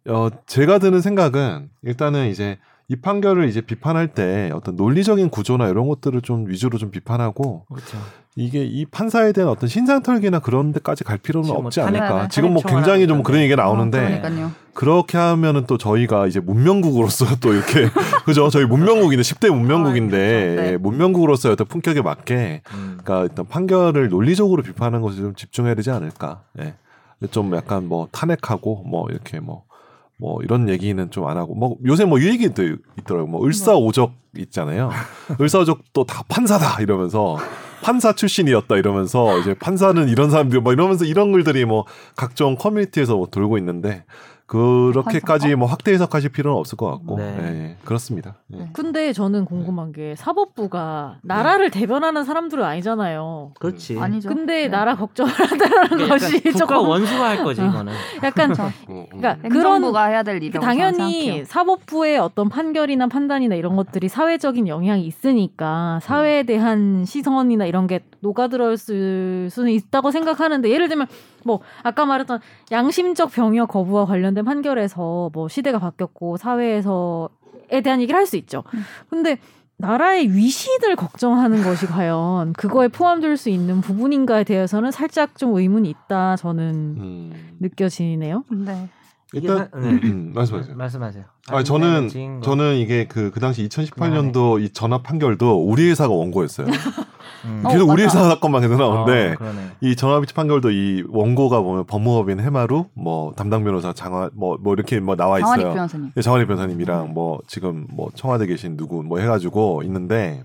D: 어, 제가 드는 생각은 일단은 이제 이 판결을 이제 비판할 때 어떤 논리적인 구조나 이런 것들을 좀 위주로 좀 비판하고
C: 그렇죠.
D: 이게 이 판사에 대한 어떤 신상털기나 그런 데까지 갈 필요는
C: 지금 뭐
D: 없지
C: 탄핵-
D: 않을까.
A: 탄핵 어,
D: 지금 뭐 굉장히 좀
C: 청원하고
D: 그런 얘기가 나오는데
A: 아, 그러니까요.
D: 그렇게 하면은 또 저희가 이제 문명국으로서 또 이렇게 그죠? 저희 문명국인데 10대
A: 아,
D: 문명국인데
A: 그렇죠. 네.
D: 예, 문명국으로서 어떤 품격에 맞게
C: 음.
D: 그러니까 일단 판결을 논리적으로 비판하는 것에 좀 집중해야 되지 않을까. 예. 근데 좀 약간 뭐 탄핵하고 뭐 이렇게 뭐 뭐 이런 얘기는 좀 안 하고 뭐 요새 뭐 이 얘기도 있더라고. 요뭐 을사오적 있잖아요. 을사오적도 다 판사다 이러면서 판사 출신이었다 이러면서 이제 판사는 이런 사람들 막 이러면서 이런 글들이 뭐 각종 커뮤니티에서 뭐 돌고 있는데 그렇게까지 뭐 확대 해석하실 필요는 없을 것 같고
C: 네.
D: 예, 예. 그렇습니다. 예.
A: 네.
B: 근데 저는 궁금한 게 사법부가 나라를 대변하는 사람들은 아니잖아요.
C: 그렇지.
A: 아니죠.
B: 근데
A: 네.
B: 나라 걱정을 한다는
C: 그러니까
B: 것이
C: 약간 국가
B: 조금 어.
C: 원수가 할 거지 이거는.
B: 약간
A: 저-
E: 음, 음.
B: 그러니까 그런
A: 행정부가 해야 될 일이라고 저는
B: 당연히
A: 생각해요.
B: 사법부의 어떤 판결이나 판단이나 이런 것들이 사회적인 영향이 있으니까
D: 음.
B: 사회에 대한 시선이나 이런 게 녹아들었을 수는 있다고 생각하는데 예를 들면 뭐 아까 말했던 양심적 병역 거부와 관련된 판결에서 뭐 시대가 바뀌었고 사회에서에 대한 얘기를 할 수 있죠.
D: 음.
B: 근데 나라의 위신을 걱정하는 것이 과연 그거에 포함될 수 있는 부분인가에 대해서는 살짝 좀 의문이 있다 저는
D: 음.
B: 느껴지네요.
A: 네.
D: 아,
C: 이게
D: 일단
C: 사- 네.
D: 음. 말씀하세요.
C: 말씀하세요. 뭐
D: 아,
A: 네,
D: 저는
A: 뭐.
C: 지은 거.
D: 저는 이게 그 그 당시
A: 아,
D: 2018년도 이 전화 판결도 우리 회사가 원고였어요.
C: 음.
A: 어,
D: 계속 우리
A: 맞다.
D: 회사 사건만 계속 나오는데
C: 아, 그러네.
D: 이 전화 비치 판결도 이 원고가 보면 법무법인 해마루 뭐 담당 변호사 장화 뭐 뭐 이렇게 뭐 나와
A: 장원익
D: 있어요.
A: 변호사님.
D: 예, 장원희 변호사님이랑 뭐 지금 뭐 청와대 계신 누구 뭐 해가지고 있는데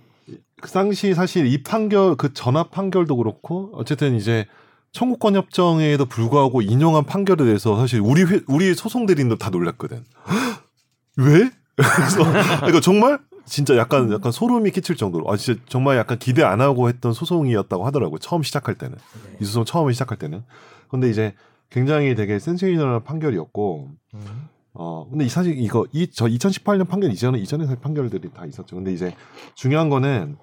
D: 그 당시 사실 이 판결 그 전화 판결도 그렇고 어쨌든 이제 청구권 협정에도 불구하고 인용한 판결에 대해서 사실 우리 회, 우리 소송 대리인도 다 놀랐거든. 왜? 그래서 이거 정말 진짜 약간 약간 소름이 끼칠 정도로 아 진짜 정말 약간 기대 안 하고 했던 소송이었다고 하더라고요. 처음 시작할 때는 이 소송 처음 시작할 때는. 근데 이제 굉장히 되게 센세이션한 판결이었고
C: 음.
D: 어 근데 이 사실 이거 이 저 2018년 판결 이전에 이전에 사실 판결들이 다 있었죠. 근데 이제 중요한 거는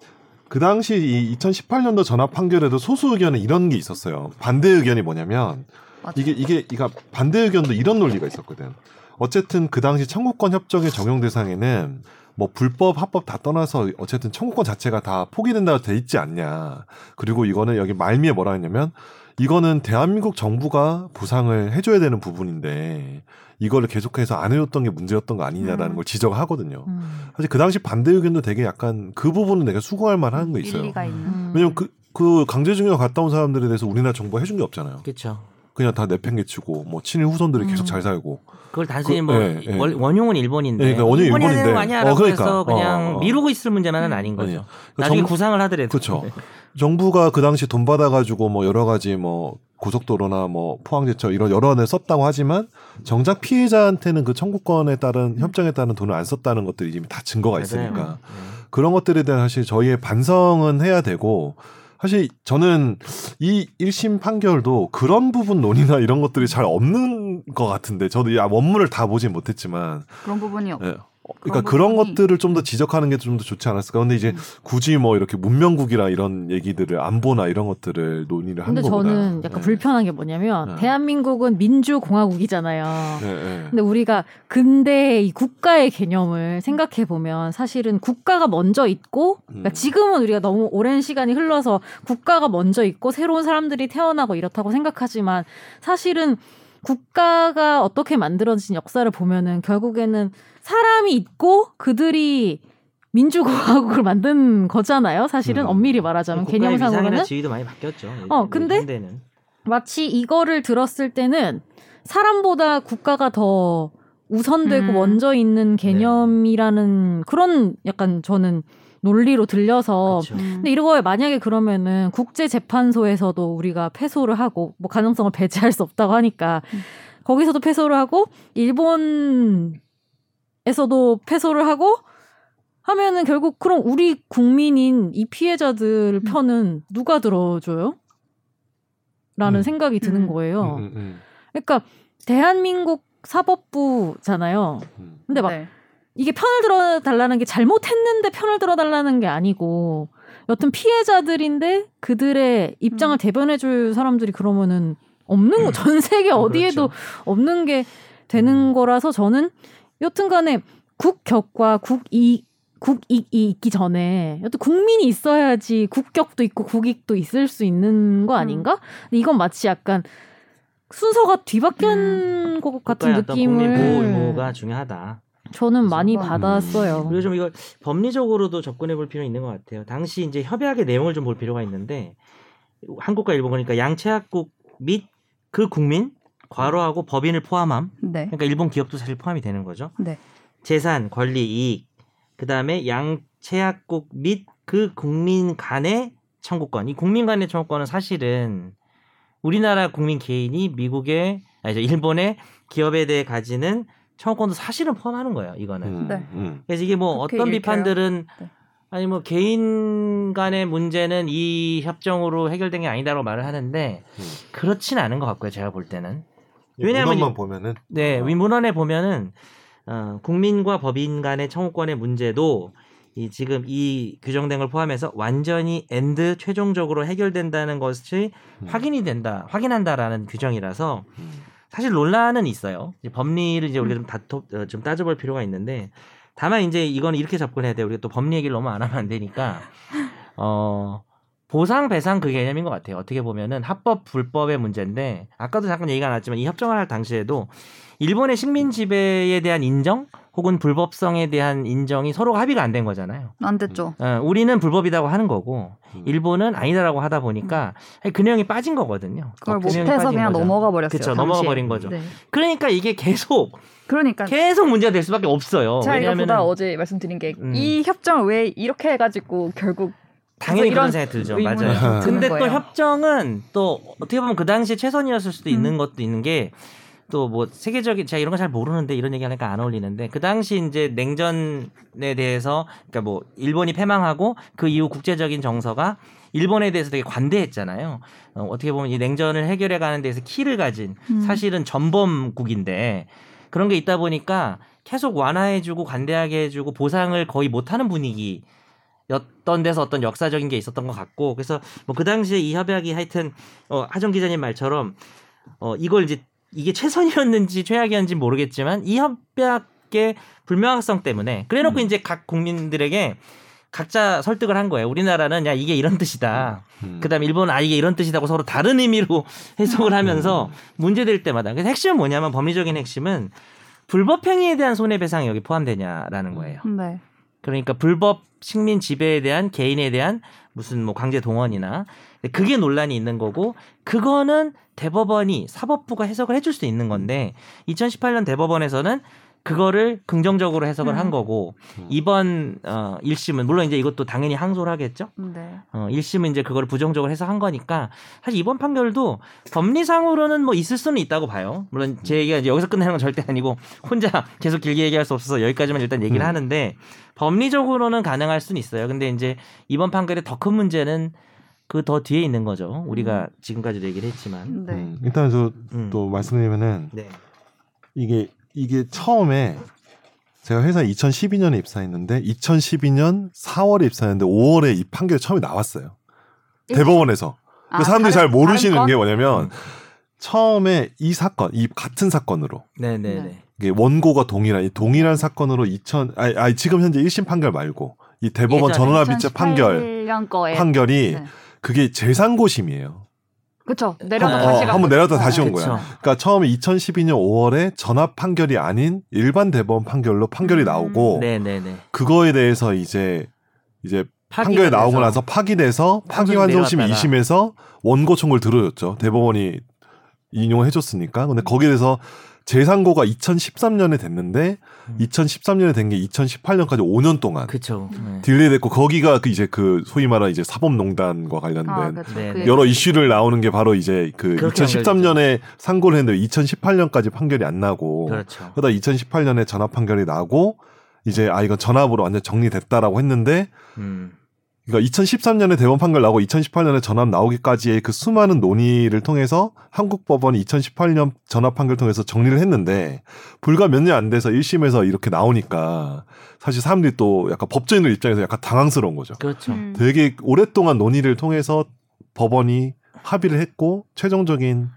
D: 그 당시 이 2018년도 전압 판결에도 소수 의견에 이런 게 있었어요. 반대 의견이 뭐냐면
A: 맞아.
D: 이게 이게 이가 반대 의견도 이런 논리가 있었거든. 어쨌든 그 당시 청구권 협정의 적용 대상에는 뭐 불법 합법 다 떠나서 어쨌든 청구권 자체가 다 포기된다고 돼 있지 않냐. 그리고 이거는 여기 말미에 뭐라 했냐면 이거는 대한민국 정부가 보상을 해줘야 되는 부분인데 이거를 계속해서 안 해줬던 게 문제였던 거 아니냐라는
A: 음.
D: 걸 지적하거든요.
B: 음.
D: 사실 그 당시 반대 의견도 되게 약간 그 부분은 내가 수긍할 만한 거 있어요.
A: 일리가 있는.
C: 음.
D: 왜냐면 그, 그 강제징용 갔다 온 사람들에 대해서 우리나라 정부가 해준 게 없잖아요.
C: 그렇죠.
D: 그냥 다 내팽개치고 뭐 친일 후손들이 계속
B: 음.
D: 잘 살고
C: 그걸 단순히
D: 그-
C: 뭐
D: 예, 예.
C: 원- 원용은 일본인데
D: 예, 그러니까 원용이
C: 일본이 하는 거
D: 일본인데.
C: 아니야라고
D: 어, 그러니까.
C: 해서 그냥
D: 어, 어.
C: 미루고 있을 문제만은 아닌 거죠.
D: 아니에요. 그러니까
C: 나중에
D: 정-
C: 구상을 하더라도 네.
D: 그쵸. 정부가 그 당시 돈 받아가지고 뭐 여러 가지 뭐 고속도로나 뭐 포항제철 이런 여러 안을 썼다고 하지만 정작 피해자한테는 그 청구권에 따른 협정에 따른 돈을 안 썼다는 것들이 이미 다 증거가 있으니까
C: 음. 맞아요. 네.
D: 그런 것들에 대한 사실 저희의 반성은 해야 되고 사실 저는 이 1심 판결도 그런 부분 논의나 이런 것들이 잘 없는 것 같은데 저도 이 원문을 다 보진 못했지만
A: 그런 부분이 없.
D: 예. 어, 그러니까
A: 그런
D: 그런
A: 부분이-
D: 것들을 좀 더 지적하는 게 좀 더 좋지 않았을까. 근데 이제
A: 음.
D: 굳이 뭐 이렇게 문명국이라 이런 얘기들을 안보나 이런 것들을 논의를 하는
B: 근데
D: 거보다.
B: 저는 약간
D: 예.
B: 불편한 게 뭐냐면
D: 네.
B: 대한민국은 민주공화국이잖아요.
D: 예, 예.
B: 근데 우리가 근대 이 국가의 개념을 생각해 보면 사실은 국가가 먼저 있고 그러니까
D: 음.
B: 지금은 우리가 너무 오랜 시간이 흘러서 국가가 먼저 있고 새로운 사람들이 태어나고 이렇다고 생각하지만 사실은 국가가 어떻게 만들어진 역사를 보면은 결국에는 사람이 있고 그들이 민주공화국을 만든 거잖아요. 사실은
D: 음.
B: 엄밀히 말하자면
C: 개념
B: 개념상으로는
C: 위상이나 지위도 많이 바뀌었죠.
B: 어, 근데
C: 현대는.
B: 마치 이거를 들었을 때는 사람보다 국가가 더 우선되고
A: 음.
B: 먼저 있는 개념이라는 그런 약간 저는 논리로 들려서
A: 음.
C: 그렇죠.
B: 어, 근데 이런 거에 만약에 그러면은 국제 재판소에서도 우리가 패소를 하고 뭐 가능성을 배제할 수 없다고 하니까
A: 음.
B: 거기서도 패소를 하고 일본에서도 패소를 하고 하면은 결국 그럼 우리 국민인 이
A: 음.
B: 피해자들 편은 누가 들어줘요? 라는
D: 음.
B: 생각이 드는
A: 음.
B: 거예요.
D: 음, 음,
B: 그러니까 대한민국 사법부잖아요.
D: 음.
A: 네.
B: 근데 막 이게 편을 들어달라는 게 잘못했는데 편을 들어달라는 게 아니고 여튼 피해자들인데 그들의 입장을
A: 음.
B: 대변해줄 사람들이 그러면은 없는 거, 전 세계
C: 음,
B: 어디에도
C: 그렇죠.
B: 없는 게 되는 거라서 저는 여튼간에 국격과 국이 국익이 있기 전에 여튼 국민이 있어야지 국격도 있고 국익도 있을 수 있는 거 아닌가? 근데 이건 마치 약간 순서가 뒤바뀐 것 같은
C: 국가의 어떤 그러니까 국민 보호 의무가
B: 느낌을
C: 중요하다.
B: 저는 많이
A: 그건- 음.
B: 받았어요.
C: 그리고 좀 이걸 법리적으로도 접근해 볼 필요는 있는 것 같아요. 당시 이제 협약의 내용을 좀 볼 필요가 있는데 한국과 일본 그러니까 양체합국 및 그 국민 과로하고 법인을 포함함.
A: 네.
C: 그러니까 일본 기업도 사실 포함이 되는 거죠.
A: 네.
C: 재산, 권리, 이익. 그다음에 양체합국 및 그 국민 간의 청구권. 이 국민 간의 청구권은 사실은 우리나라 국민 개인이 미국의 아니 저 일본의 기업에 대해 가지는 청구권도 사실은 포함하는 거예요. 이거는.
D: 음,
A: 네.
D: 음.
C: 그래서 이게 뭐
A: 그렇게
C: 어떤
A: 읽혀요?
C: 비판들은
A: 네.
C: 아니 뭐 개인 간의 문제는 이 협정으로 해결된 게 아니다라고 말을 하는데
D: 음.
C: 그렇진 않은 것 같고요. 제가 볼 때는. 왜냐하면
D: 왜냐면
C: 이-
D: 만 보면은
C: 네, 위문헌에 보면은 어, 국민과 법인 간의 청구권의 문제도 이 지금 이 규정된 걸 포함해서 완전히 엔드 최종적으로 해결된다는 것이
D: 음.
C: 확인이 된다, 확인한다라는 규정이라서
D: 음.
C: 사실 논란은 있어요. 이제 법리를 이제
A: 음.
C: 우리가 좀, 다투, 어, 좀 따져볼 필요가 있는데 다만 이제 이건 이렇게 접근해야 돼요. 우리가 또 법리 얘기를 너무 안 하면 안 되니까 어 보상 배상 그 개념인 것 같아요. 어떻게 보면은 합법 불법의 문제인데 아까도 잠깐 얘기가 나왔지만 이 협정을 할 당시에도 일본의 식민 지배에 대한 인정 혹은 불법성에 대한 인정이 서로 합의가 안 된 거잖아요.
A: 안 됐죠.
C: 어, 우리는 불법이라고 하는 거고
D: 음.
C: 일본은 아니다라고 하다 보니까 그 내용이 빠진 거거든요.
A: 음. 그걸
C: 어, 그 내용이
A: 못해서
C: 빠진
A: 그냥
C: 거죠.
A: 넘어가 버렸어요.
C: 그쵸,
A: 당시에.
C: 넘어가 버린 거죠.
A: 네.
C: 그러니까 이게 계속
A: 그러니까
C: 계속 문제가 될 수밖에 없어요.
G: 제가
C: 왜냐하면
G: 이거보다 어제 말씀드린 게 이
C: 음.
G: 협정을 왜 이렇게 해가지고 결국
C: 당연히
G: 이런
C: 그런 생각이 들죠.
G: 의문이
C: 맞아요.
D: 드는
C: 근데 또
G: 거예요.
C: 협정은 또 어떻게 보면 그 당시에 최선이었을 수도
G: 음.
C: 있는 것도 있는 게 또 뭐 세계적인 제가 이런 거 잘 모르는데 이런 얘기하니까 안 어울리는데 그 당시 이제 냉전에 대해서 그러니까 뭐 일본이 패망하고 그 이후 국제적인 정서가 일본에 대해서 되게 관대했잖아요. 어, 어떻게 보면 이 냉전을 해결해 가는 데서 키를 가진
A: 음.
C: 사실은 전범국인데 그런 게 있다 보니까 계속 완화해주고 관대하게 해주고 보상을 거의 못하는 분위기. 였던 데서 어떤 역사적인 게 있었던 것 같고 그래서 뭐 그 당시에 이 협약이 하여튼 어, 하정 기자님 말처럼 어, 이걸 이제 이게 최선이었는지 최악이었는지 모르겠지만 이 협약의 불명확성 때문에 그래놓고 이제 각 국민들에게 각자 설득을 한 거예요. 우리나라는 야 이게 이런 뜻이다.
D: 음.
C: 그다음 에 일본은 아 이게 이런 뜻이라고 서로 다른 의미로 해석을 하면서 문제될 때마다 그래서 핵심은 뭐냐면 법리적인 핵심은 불법 행위에 대한 손해배상이 여기 포함되냐라는 거예요.
A: 네.
C: 그러니까 불법 식민 지배에 대한 개인에 대한 무슨 뭐 강제 동원이나 근데 그게 논란이 있는 거고 그거는 대법원이 사법부가 해석을 해줄 수 있는 건데 2018년 대법원에서는 그거를 긍정적으로 해석을 한 거고
D: 음.
C: 이번 어 1심은 물론 이제 이것도 당연히 항소를 하겠죠.
A: 네.
C: 어 1심은 이제 그걸 부정적으로 해석한 거니까 사실 이번 판결도 법리상으로는 뭐 있을 수는 있다고 봐요. 물론 제 얘기가 이제 여기서 끝내는 건 절대 아니고 혼자 계속 길게 얘기할 수 없어서 여기까지만 일단 얘기를
D: 음.
C: 하는데 법리적으로는 가능할 수는 있어요. 근데 이제 이번 판결의 더 큰 문제는 그 더 뒤에 있는 거죠. 우리가 지금까지도 얘기를 했지만.
A: 네.
D: 음. 일단 저 음. 또
C: 음.
D: 말씀드리면은
C: 네.
D: 이게 이게 처음에 제가 회사 2012년에 입사했는데 2012년 4월에 입사했는데 5월에 이 판결이 처음에 나왔어요. 대법원에서.
A: 아,
D: 그 사람들이
A: 다른-
D: 잘 모르시는
A: 다른
D: 게
A: 건?
D: 뭐냐면 처음에 이 사건, 이 같은 사건으로
C: 네, 네,
A: 네.
C: 네.
D: 이게 원고가 동일한 이 동일한 사건으로 2000 아니, 아니 지금 현재 1심 판결 말고 이 대법원
C: 예전에
D: 전원합 일체 아, 판결
A: 2018년 거에
D: 판결이
A: 네.
D: 그게 재상고심이에요.
A: 그쵸
D: 어,
A: 내려가
C: 한번
A: 다시
C: 간
D: 한번 내려다 다시 온
C: 그쵸.
D: 거야. 그러니까 처음에 2012년 5월에 전합 판결이 아닌 일반 대법원 판결로 판결이 나오고
C: 네, 네, 네.
D: 그거에 대해서 이제 이제
C: 파기가
D: 판결이 나오고
C: 돼서
D: 나서 파기돼서
C: 판결이
D: 파기환송심
C: 내려왔다가.
D: 2심에서 원고 청구를 들어줬죠. 대법원이 인용을 해줬으니까. 근데 거기에 대해서 재상고가 2013년에 됐는데
C: 음.
D: 2013년에 된 게 2018년까지 5년 동안
C: 그쵸. 네.
D: 딜레이 됐고 거기가 그 이제 그 소위 말하 이제 사법농단과 관련된
A: 아, 그렇죠.
C: 네,
A: 그
C: 네.
D: 여러 이슈를 나오는 게 바로 이제 그
C: 그렇게
D: 2013년에 상고를 했는데 2018년까지 판결이 안 나고
C: 그렇죠.
D: 그러다 2018년에 전압 판결이 나고 이제 아 이건 전압으로 완전 정리됐다라고 했는데
C: 음.
D: 그러니까 2013년에 대법원 판결 나고 2018년에 전압 나오기까지의 그 수많은 논의를 통해서 한국 법원이 2018년 전압 판결 통해서 정리를 했는데 불과 몇 년 안 돼서 1심에서 이렇게 나오니까 사실 사람들이 또 약간 법조인들 입장에서 약간 당황스러운 거죠.
C: 그렇죠.
A: 음.
D: 되게 오랫동안 논의를 통해서 법원이 합의를 했고 최종적인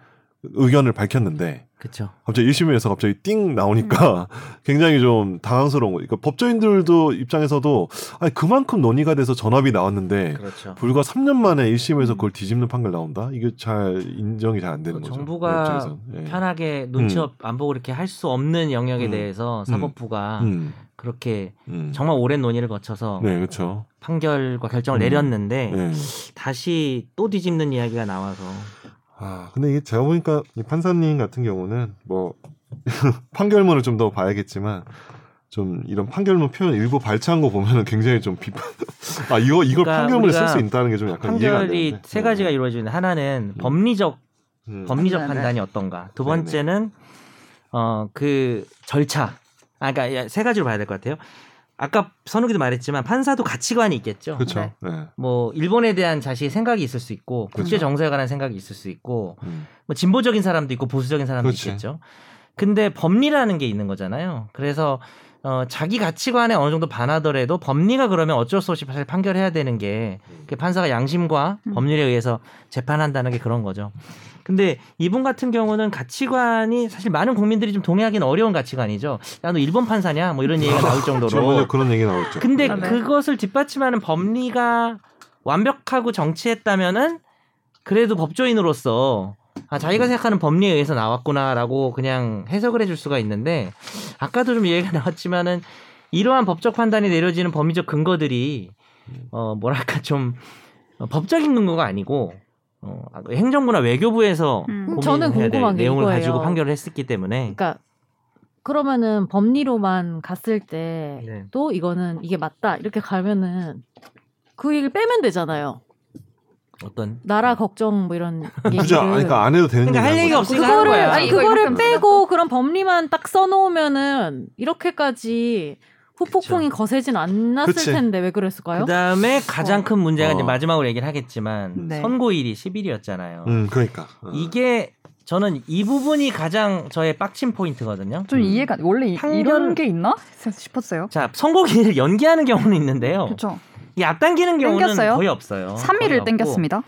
D: 의견을 밝혔는데
C: 그렇죠.
D: 갑자기 1심에서 갑자기 띵
C: 음.
D: 나오니까 굉장히 좀 당황스러운 거예요. 그러니까 법조인들도 입장에서도 아니 그만큼 논의가 돼서 전압이 나왔는데
C: 그렇죠.
D: 불과 3년 만에 1심에서 그걸 뒤집는 판결 나온다? 이게 잘 인정이 잘 안 되는
C: 어,
D: 거죠.
C: 정부가
D: 입장에선. 예.
C: 편하게 눈치
D: 음.
C: 없, 안 보고 이렇게 할 수 없는 영역에
D: 음.
C: 대해서 사법부가
D: 음,
C: 그렇게
D: 음.
C: 정말 오랜 논의를 거쳐서
D: 네, 그렇죠.
C: 판결과 결정을
D: 음.
C: 내렸는데
D: 예.
C: 다시 또 뒤집는 이야기가 나와서
D: 아, 근데 이게 제가 보니까 이 판사님 같은 경우는 뭐 판결문을 좀 더 봐야겠지만 좀 이런 판결문 표현 일부 발췌한 거 보면은 굉장히 좀 비판. 아 이거 이걸
C: 그러니까
D: 판결문에 쓸 수
C: 우리가
D: 있다는 게 좀 약간 이해가 안
C: 판결이
D: 되는데. 네.
C: 세 가지가 이루어지는데 하나는
D: 음.
C: 법리적
D: 음.
C: 법리적
A: 네, 네.
C: 판단이 어떤가 두
D: 네, 네.
C: 번째는 어 그 절차 아 그러니까 세 가지로 봐야 될 것 같아요. 아까 선우기도 말했지만 판사도 가치관이 있겠죠.
D: 그렇죠.
A: 네.
D: 네.
C: 뭐 일본에 대한 자신의 생각이 있을 수 있고 국제
D: 그렇죠.
C: 정세에 관한 생각이 있을 수 있고
D: 음.
C: 뭐 진보적인 사람도 있고 보수적인 사람도
D: 그렇지.
C: 있겠죠. 근데 법리라는 게 있는 거잖아요. 그래서 어, 자기 가치관에 어느 정도 반하더라도 법리가 그러면 어쩔 수 없이 사실 판결해야 되는 게
D: 음.
C: 그게 판사가 양심과
A: 음.
C: 법률에 의해서 재판한다는 게 그런 거죠. 근데 이분 같은 경우는 가치관이 사실 많은 국민들이 좀 동의하기는 어려운 가치관이죠. 야, 너 일본 판사냐? 뭐 이런 얘기가 나올
D: 지난번에
C: 정도로.
D: 그런 얘기 나왔죠.
C: 근데
A: 아, 네.
C: 그것을 뒷받침하는 법리가 완벽하고 정치했다면은 그래도 법조인으로서 아, 자기가
B: 음.
C: 생각하는 법리에 의해서 나왔구나라고 그냥 해석을 해줄 수가 있는데 아까도 좀 얘기가 나왔지만은 이러한 법적 판단이 내려지는 법리적 근거들이
B: 음.
C: 어 뭐랄까 좀 어, 법적인 근거가 아니고 어, 행정부나 외교부에서
A: 음.
C: 고민해야
B: 저는
C: 될
B: 궁금한 게
C: 내용을
B: 이거예요.
C: 가지고 판결을 했었기 때문에
B: 그러니까 그러면은 법리로만 갔을 때 또
C: 네.
B: 이거는 이게 맞다 이렇게 가면은 그 얘기를 빼면 되잖아요.
C: 어떤
B: 나라 걱정 뭐 이런 얘기를
D: 부자, 아니, 그러니까 안 해도 되는
C: 그러니까 할
D: 얘기라는
C: 얘기가
D: 거죠.
C: 없으니까 하는
B: 그거를
C: 거야.
A: 아니, 이거
B: 그거를
A: 이렇게
B: 빼고 그런 법리만 딱 써놓으면은 이렇게까지 후폭풍이 거세진 않았을
D: 그치.
B: 텐데 왜 그랬을까요?
C: 그다음에 가장 큰 문제가 이제
D: 어.
C: 마지막으로 얘기를 하겠지만
A: 어. 네.
C: 선고일이 10일이었잖아요.
D: 음, 그러니까. 어.
C: 이게 저는 이 부분이 가장 저의 빡친 포인트거든요.
A: 좀 이해가 원래 이-
C: 판결-
A: 이런 게 있나 싶었어요.
C: 자, 선고기를 연기하는 경우는 있는데요.
A: 그렇죠.
C: 이 앞당기는 경우는
A: 땡겼어요?
C: 거의 어. 없어요.
A: 3일을
C: 거의 없고
A: 땡겼습니다.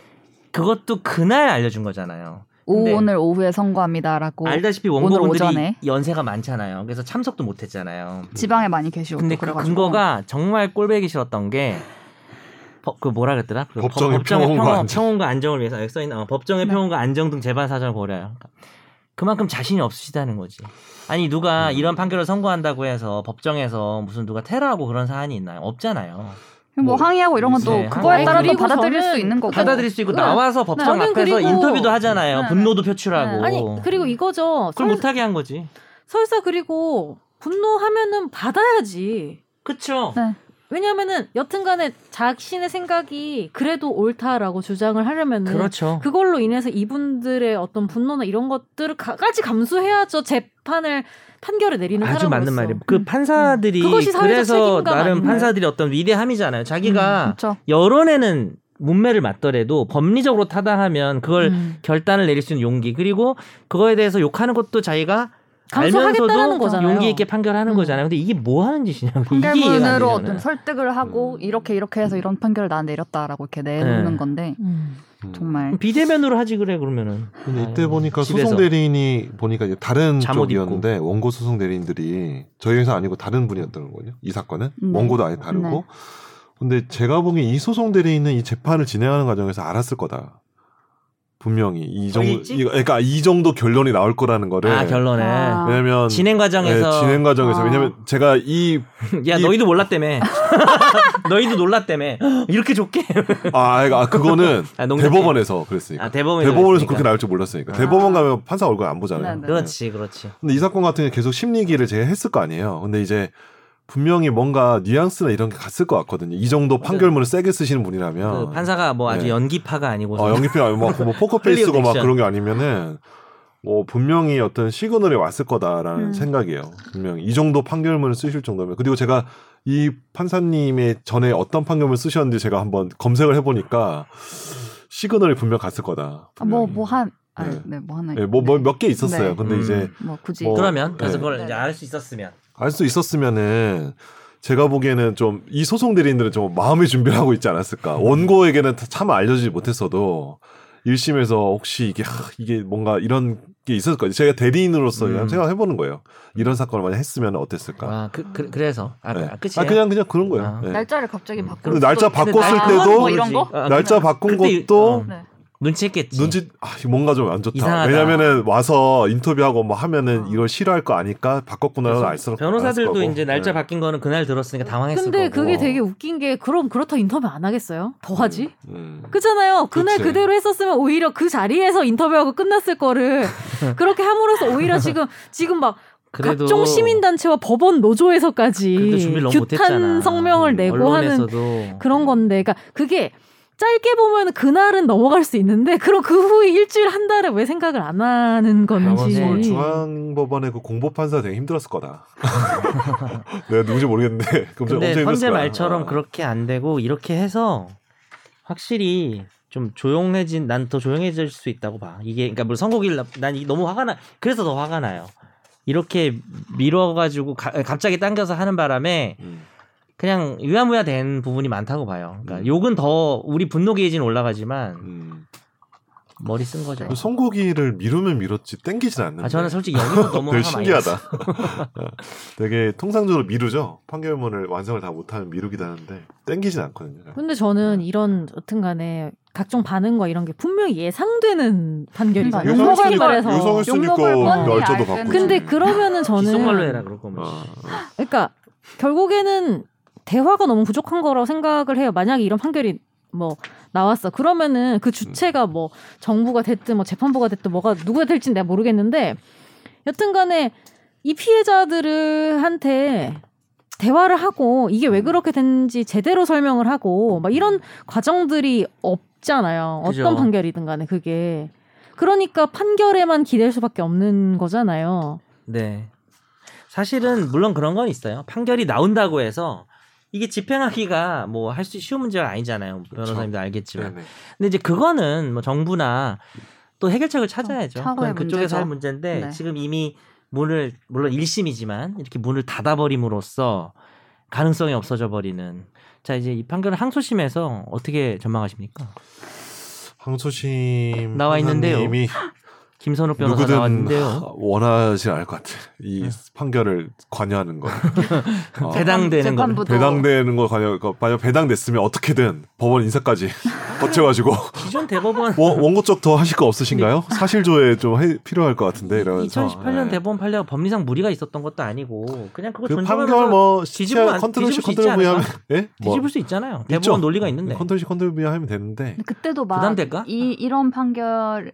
C: 그것도 그날 알려준 거잖아요. 근데
A: 오늘 오후에 선고합니다라고
C: 알다시피
A: 오전에.
C: 원고분들이 연세가 많잖아요. 그래서 참석도 못했잖아요.
A: 지방에 많이 계시고
C: 근데
A: 또
C: 그
A: 그래가지고.
C: 근거가 정말 꼴배기 싫었던 게. 법- 그 뭐라 그랬더라? 그 법-
D: 법정의 평온과 안정.
C: 평온과 안정을 위해서 여기 써있는 어, 법정의
A: 네.
C: 평온과 안정 등 재반 사정을 고려해요. 그러니까 그만큼 자신이 없으시다는 거지. 아니
D: 음.
C: 누가 이런 판결을 선고한다고 해서 법정에서 무슨 누가 테러하고 그런 사안이 있나요? 없잖아요.
A: 뭐 항의하고 이런 건 또
C: 네,
A: 그거에
C: 항의.
A: 따라 또
B: 그리고
A: 받아들일
B: 저는
A: 수 있는 거고.
C: 받아들일 수 있고
B: 네.
C: 나와서 법정
B: 나는
C: 앞에서
B: 그리고-
C: 인터뷰도 하잖아요.
A: 네.
C: 분노도 표출하고.
A: 네.
B: 아니 그리고 이거죠.
C: 뭐 그걸
B: 설-
C: 못하게 한 거지.
B: 설사 그리고 분노하면은 받아야지.
C: 그쵸.
A: 네.
B: 왜냐면은 여튼간에 자신의 생각이 그래도 옳다라고 주장을 하려면은
C: 그렇죠.
B: 그걸로 인해서 이분들의 어떤 분노나 이런 것들까지 감수해야죠 재판을 판결을 내리는
C: 아주
B: 음, 사람으로서. 음,
C: 맞는 말이에요. 그 판사들이
B: 그것이 사회적
C: 그래서
B: 책임감
C: 나름
B: 아닌가요? 음,
C: 판사들이 어떤 위대함이잖아요. 자기가
A: 그렇죠.
C: 여론에는 문매를 맞더라도 법리적으로 타당하면 그걸
B: 음.
C: 결단을 내릴 수 있는 용기 그리고 그거에 대해서 욕하는 것도 자기가
B: 감수하겠다라는
C: 알면서도
B: 거잖아요.
C: 용기 있게 판결하는
B: 음.
C: 거잖아요. 근데 이게 뭐 하는 짓이냐고 이게 이해가 안
A: 판결문으로
C: 되잖아요.
A: 어떤 설득을 하고
D: 음.
A: 이렇게 이렇게 해서 이런 판결을 난 내렸다라고 이렇게 내놓는
C: 네.
A: 건데
B: 음.
D: 음.
A: 정말
C: 비대면으로 하지 그래 그러면은.
D: 근데 이때
C: 아유,
D: 보니까
C: 집에서.
D: 소송 대리인이 보니까 이제 다른
C: 잠옷 입고.
D: 쪽이었는데 원고 소송 대리인들이 저희 회사 아니고 다른 분이었던 거거든요. 이 사건은
A: 네.
D: 원고도 아예 다르고.
A: 네.
D: 근데 제가 보기엔 이 소송 대리인은 이 재판을 진행하는 과정에서 알았을 거다. 분명히
C: 거기
D: 이 정도
C: 있지?
D: 이거- 그러니까 이 정도 결론이 나올 거라는 거를
C: 아 결론에
A: 아.
D: 왜냐면
C: 진행 과정에서
D: 네, 진행 과정에서
A: 아.
D: 왜냐면 제가 이
C: 야
D: 이-
C: 너희도 몰랐다며 너희도 놀랐다며 이렇게 좋게
D: 아, 아, 그거는
C: 아, 농담이에요.
D: 대법원에서 그랬으니까
C: 아, 대법원에서
D: 대법원에서
C: 그랬으니까.
D: 그렇게 나올 줄 몰랐으니까
C: 아.
D: 대법원 가면 판사 얼굴 안 보잖아요.
A: 네, 네.
C: 그렇지 그렇지
D: 근데 이 사건 같은 게 계속 심리기를 제가 했을 거 아니에요. 근데 이제 분명히 뭔가 뉘앙스나 이런 게 갔을 것 같거든요. 이 정도 판결문을 세게 쓰시는 분이라면
C: 그 판사가 뭐 아주
D: 네.
C: 연기파가 아니고
D: 어, 연기표 아니고 막, 뭐 포커페이스고 막 그런 게 아니면은 뭐 분명히 어떤 시그널이 왔을 거다라는
A: 음.
D: 생각이에요. 분명히 이 정도 판결문을 쓰실 정도면 그리고 제가 이 판사님의 전에 어떤 판결문을 쓰셨는지 제가 한번 검색을 해보니까 시그널이 분명 갔을 거다.
A: 뭐 뭐 한
D: 네.
A: 뭐 하나
D: 뭐몇 개 있었어요.
A: 네.
D: 근데
C: 음.
D: 이제
A: 뭐 굳이
D: 뭐-
C: 그러면 그래서
D: 네.
C: 그걸 이제 알 수 있었으면
D: 알 수 있었으면은 제가 보기에는 좀 이 소송 대리인들은 좀 마음의 준비를 하고 있지 않았을까.
C: 음.
D: 원고에게는 참 알려주지 못했어도 1심에서 혹시 이게 하, 이게 뭔가 이런 게 있었을 거예요. 제가 대리인으로서
C: 음.
D: 한번 생각해 보는 거예요. 이런 사건을 만약 했으면 어땠을까.
C: 아, 그, 그, 그래서 아,
D: 그러니까. 네.
C: 아, 끝이에요
D: 아, 그냥 그냥 그런 거예요.
C: 아.
D: 네.
A: 날짜를 갑자기
C: 음.
A: 바꾸는
D: 근데 그 날짜
A: 것도-
D: 바꿨을
A: 아,
D: 때도
A: 뭐 이런 거?
C: 아,
D: 날짜
C: 그냥
D: 바꾼
C: 그때
D: 것도
C: 어,
A: 네.
C: 눈치챘겠지
D: 눈치 아, 뭔가 좀 안 좋다.
C: 이상하다. 아.
D: 왜냐면은 와서 인터뷰하고 뭐 하면은 이걸 싫어할 거 아니까 바꿨구나라는 알수
C: 변호사들도 이제 날짜
D: 네.
C: 바뀐 거는 그날 들었으니까 당황했을
B: 근데
C: 거고
B: 그게 되게 웃긴 게 그럼 그렇다 인터뷰 안 하겠어요? 더
C: 뭐
B: 하지?
D: 음.
B: 그잖아요. 그날
D: 그치.
B: 그대로 했었으면 오히려 그 자리에서 인터뷰하고 끝났을 거를 그렇게 함으로써 오히려 지금 지금 막
C: 그래도
B: 각종 시민단체와 법원
C: 그래도
B: 노조에서까지
C: 준비를 너무 못했잖아. 음,
B: 규탄 성명을 내고 하는
C: 언론에서도
B: 그런 건데, 그러니까 그게 짧게 보면 그날은 넘어갈 수 있는데, 그럼 그 후에 일주일 한 달에 왜 생각을 안 하는
C: 강원
B: 건지.
D: 네.
C: 서울
D: 중앙법원의 그 공보 판사 되게 힘들었을 거다. 내가 누군지 모르겠는데. 그럼 엄청
C: 근데
D: 힘들었을
C: 현재
D: 거야.
C: 말처럼
D: 어.
C: 그렇게 안 되고 이렇게 해서 확실히 좀 조용해진 난 더 조용해질 수 있다고 봐 이게 그러니까 물론 선곡일 날- 난 이게 너무 화가 나 그래서 더 화가 나요 이렇게 밀어가지고 가- 갑자기 당겨서 하는 바람에
D: 음.
C: 그냥 유야무야 된 부분이 많다고 봐요 그러니까
D: 음.
C: 욕은 더 우리 분노 게이지는 올라가지만
D: 음.
C: 머리 쓴 거죠
D: 선고기를 미루면 미뤘지 땡기진 않는데.
C: 아 저는 뭐 솔직히 여기서 너무
D: 되게
C: 화가 많이 났어요.
D: 신기하다. 어. 되게 통상적으로 미루죠. 판결문을 완성을 다 못하면 미루기도 하는데 땡기진 않거든요.
B: 근데 저는 이런 여튼 간에 각종 반응과 이런 게 분명히 예상되는 판결이거든요.
A: 그러니까
B: 욕먹을
A: 욕먹을
B: 말해서.
D: 요성했으니까
A: 욕먹을 뻔히
D: 날짜도
A: 알
D: 바꾸고.
A: 텐데.
B: 근데 그러면은
C: 귓속말로
B: 저는
C: 해라 그럴 거면
D: 어,
B: 그러니까 결국에는 대화가 너무 부족한 거라고 생각을 해요. 만약에 이런 판결이 뭐 나왔어. 그러면은 그 주체가
C: 음.
B: 뭐 정부가 됐든 뭐 재판부가 됐든 뭐가 누가 될진 내가 모르겠는데 여튼간에 이 피해자들한테 대화를 하고 이게
C: 음.
B: 왜 그렇게 됐는지 제대로 설명을 하고 막 이런 과정들이 없잖아요.
C: 그죠.
B: 어떤 판결이든 간에 그게 그러니까 판결에만 기댈 수밖에 없는 거잖아요.
C: 네. 사실은 물론 그런 건 있어요. 판결이 나온다고 해서 이게 집행하기가 뭐 할 수 쉬운 문제가 아니잖아요. 변호사님도 알겠지만.
D: 네네.
C: 근데 이제 그거는 뭐 정부나 또 해결책을 찾아야죠.
A: 어, 차후의
C: 그건 그쪽에서
A: 문제죠.
C: 할 문제인데
A: 네.
C: 지금 이미 문을 물론 1심이지만 이렇게 문을 닫아버림으로써 가능성이 없어져 버리는 자 이제 이 판결은 항소심에서 어떻게 전망하십니까?
D: 항소심
C: 나와 있는데요.
D: 판사님이
C: 김선욱 변호사
D: 누구든
C: 나왔는데요. 네.
D: 원하지 않을 것 같아. 이 판결을 관여하는 거. 어.
C: 배당되는 거
A: 재판부도
D: 배당되는 거 관여, 그 만약 배당됐으면 어떻게든 법원 인사까지 거쳐가지고
C: 기존 대법원
D: 원, 원고 쪽 더 하실 거 없으신가요? 사실 조회 좀 해- 필요할 것 같은데 이러면서
C: 2018년
D: 예.
C: 네. 대법원 판례가 법리상 무리가 있었던 것도 아니고 그냥 그거
D: 그
C: 존중하면서
D: 판결 뭐
C: 뒤집으면
D: 시차
C: 안-
D: 컨트롤시
C: 뒤집을 수 있지
D: 컨트롤 부여하면
C: 않을까?
D: 예? 뭐
C: 뒤집을 수 있잖아요. 대법원
D: 있죠.
C: 논리가 있는데.
D: 컨트롤시 컨트롤 부여하면 되는데
A: 근데 그때도 막
C: 부담될까?
A: 이 이런 판결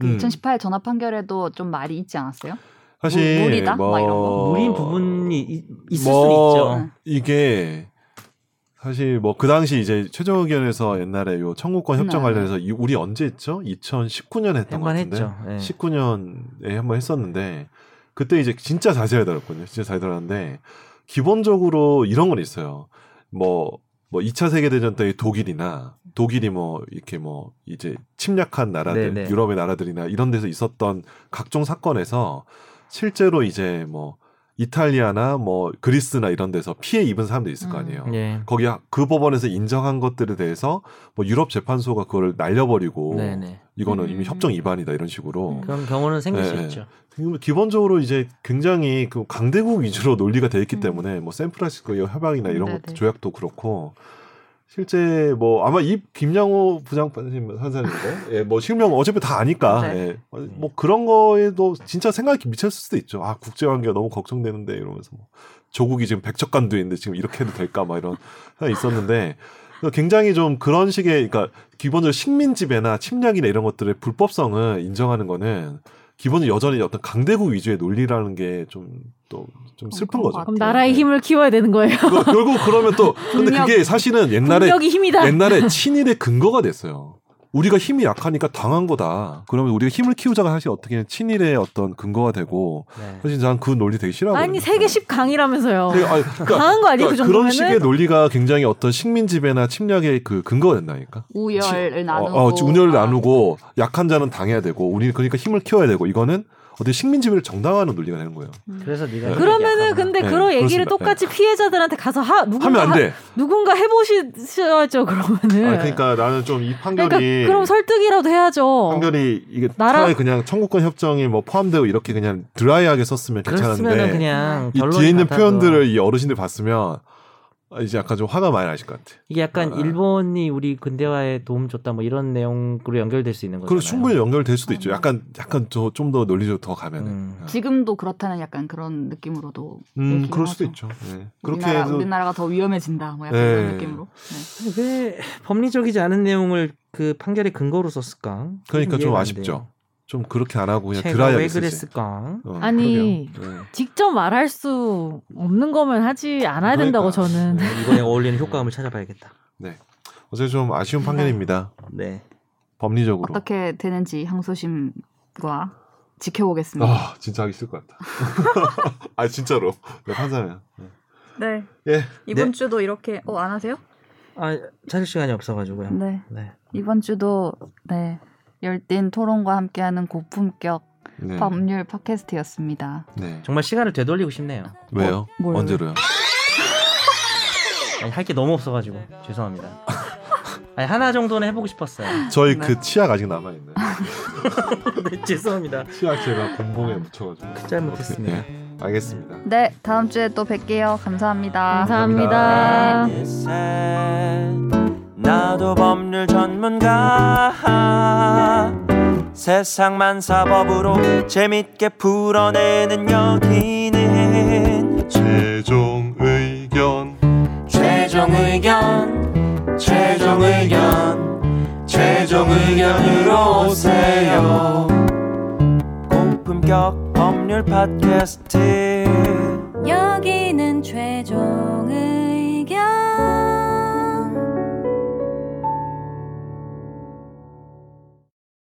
D: 음.
A: 2018 전화 판결에도 좀 말이 있지 않았어요?
D: 사실
A: 물- 물이다?
D: 뭐
A: 막 이런 거?
C: 무리인 부분이 이- 있을
D: 뭐,
C: 수도 있죠.
D: 이게 사실 뭐 그 당시 이제 최종 의견에서 옛날에 요 청구권 협정
A: 네.
D: 관련해서 이- 우리 언제 했죠? 2019년 했던 것
C: 한번
D: 같은데.
C: 했죠. 예.
D: 19년에 한 번 했었는데 그때 이제 진짜 자세히 다뤘거든요. 진짜 잘 다뤘는데 기본적으로 이런 건 있어요. 뭐, 뭐 2차 세계대전 때 독일이나 독일이 뭐 이렇게 뭐 이제 침략한 나라들,
C: 네네.
D: 유럽의 나라들이나 이런 데서 있었던 각종 사건에서 실제로 이제 뭐 이탈리아나 뭐 그리스나 이런 데서 피해 입은 사람도 있을 거 아니에요.
C: 예.
D: 거기 그 법원에서 인정한 것들에 대해서 뭐 유럽 재판소가 그걸 날려버리고
C: 네네.
D: 이거는
A: 음.
D: 이미 협정 위반이다 이런 식으로
A: 음.
C: 그런 경우는 생길 수
D: 예, 예.
C: 있죠.
D: 지금 기본적으로 이제 굉장히 그 강대국 위주로 논리가 돼 있기
A: 음.
D: 때문에 뭐 샌프란시스코 협약이나 이런
A: 네네.
D: 것도 조약도 그렇고 실제 뭐 아마 이 김양호 부장판사님 판사님인데 예, 뭐 실명 어차피 다 아니까
G: 네.
D: 예, 어, 뭐 그런 거에도 진짜 생각이 미쳤을 수도 있죠. 아 국제 관계가 너무 걱정되는데 이러면서 뭐 조국이 지금 백척간도 있는데 지금 이렇게 해도 될까 막 이런 생각이 있었는데 그래서 그러니까 굉장히 좀 그런 식의 그러니까 기본적으로 식민 지배나 침략이나 이런 것들의 불법성을 인정하는 거는 기본적으로 여전히 어떤 강대국 위주의 논리라는 게 좀 또 좀 슬픈 거죠.
B: 어,
C: 네.
B: 그럼 나라의 힘을 키워야 되는 거예요.
D: 그거 결국 그러면 또 근데
A: 국력.
D: 그게 사실은 옛날에
B: 능력이 힘이다.
D: 옛날에 친일의 근거가 됐어요. 우리가 힘이 약하니까 당한 거다. 그러면 우리가 힘을 키우자가 사실 어떻게 친일의 어떤 근거가 되고
C: 네.
D: 사실 난 그 논리 되게 싫어하거든요.
B: 아니 세계 10강이라면서요.
D: 되게- 아니, 그러니까-
B: 강한 거 아니에요? 그
D: 그러니까
B: 정도면은
D: 그런 식의 논리가 굉장히 어떤 식민 지배나 침략의 그 근거가 된다니까.
A: 우열을
D: 어,
A: 나누고
D: 어, 운열을
A: 아,
D: 나누고 약한 자는 당해야 되고 우리는 그러니까 힘을 키워야 되고 이거는 어떤 식민 지배를 정당화하는 논리가 되는 거예요.
C: 그래서 네가
B: 그러면은 근데
D: 네,
B: 그런 얘기를
D: 그렇습니다.
B: 똑같이 피해자들한테 가서 하
D: 하면
B: 누군가
D: 안
B: 하-
D: 돼.
B: 누군가 해보셔야죠 그러면은.
D: 아, 그러니까 나는 좀 이 판결이
B: 그럼 설득이라도 해야죠.
D: 판결이 이게
B: 나라-
D: 차라리 그냥 청구권 협정이 뭐 포함되고 이렇게 그냥 드라이하게 썼으면
C: 그랬으면은
D: 괜찮은데
C: 그냥
D: 이
C: 결론이
D: 뒤에 있는
C: 같아도
D: 표현들을 이 어르신들 봤으면 아, 이제 약간 좀 화가 많이 나실 것 같아.
C: 이게 약간
D: 아.
C: 일본이 우리 근대화에 도움 줬다 뭐 이런 내용으로 연결될 수 있는 거잖아요.
D: 그리고 충분히 연결될 수도 있죠. 약간 약간 좀 더 논리적으로 더 가면은
C: 음.
A: 아, 지금도 그렇다는 약간 그런 느낌으로도
D: 음
A: 얘기는
D: 그럴 수도
A: 하죠.
D: 있죠. 네. 그렇게
A: 우리나라,
D: 해서
A: 우리나라가 더 위험해진다 뭐 약간
D: 네.
A: 그런 느낌으로 네.
C: 왜 법리적이지 않은 내용을 그 판결의 근거로 썼을까?
D: 그러니까
C: 이해가
D: 좀
C: 안
D: 아쉽죠. 좀 그렇게 안 하고
C: 돼요.
D: 그냥
C: 제가 왜
D: 드라이하게 쓰지.
C: 그랬을까?
D: 어,
B: 아니.
D: 그러게요. 네.
B: 직접 말할 수 없는 거면 하지 않아야 된다고
D: 그러니까.
B: 저는.
C: 네, 이번에 어울리는 효과음을 찾아봐야겠다.
D: 어제 좀 아쉬운 판결입니다.
C: 네.
D: 법리적으로.
A: 어떻게 되는지 항소심과 지켜보겠습니다.
D: 아 진짜 하기 싫을 것 같다. 아 진짜로. 네, 판사면.
G: 네.
D: 예.
G: 이번
C: 네.
G: 주도 이렇게 어 안 하세요?
C: 아 찾을 시간이 없어가지고요. 네.
A: 네 이번 주도 네 열띤 토론과 함께하는 고품격
D: 네.
A: 법률 팟캐스트였습니다.
D: 네.
C: 정말 시간을 되돌리고 싶네요.
B: 어,
D: 왜요?
A: 뭘?
D: 언제로요?
C: 할 게 너무 없어가지고 죄송합니다. 아니 하나 정도는 해보고 싶었어요.
D: 저희 그 치약 아직 남아 있네.
C: 네, 죄송합니다. 그
D: 치약 제가 곰봉에 묻혀가지고.
C: 잘못했습니다.
D: 네, 알겠습니다.
A: 네 다음 주에 또 뵐게요. 감사합니다.
B: 감사합니다.
C: 네,
H: 글쎄, 나도 법률 전문가 세상만 사법으로 재밌게 풀어내는 여기는
D: 최종 의견.
H: 최종 의견 최종 의견 최종 의견으로 오세요 고품격 법률 팟캐스트
I: 여기는 최종 의견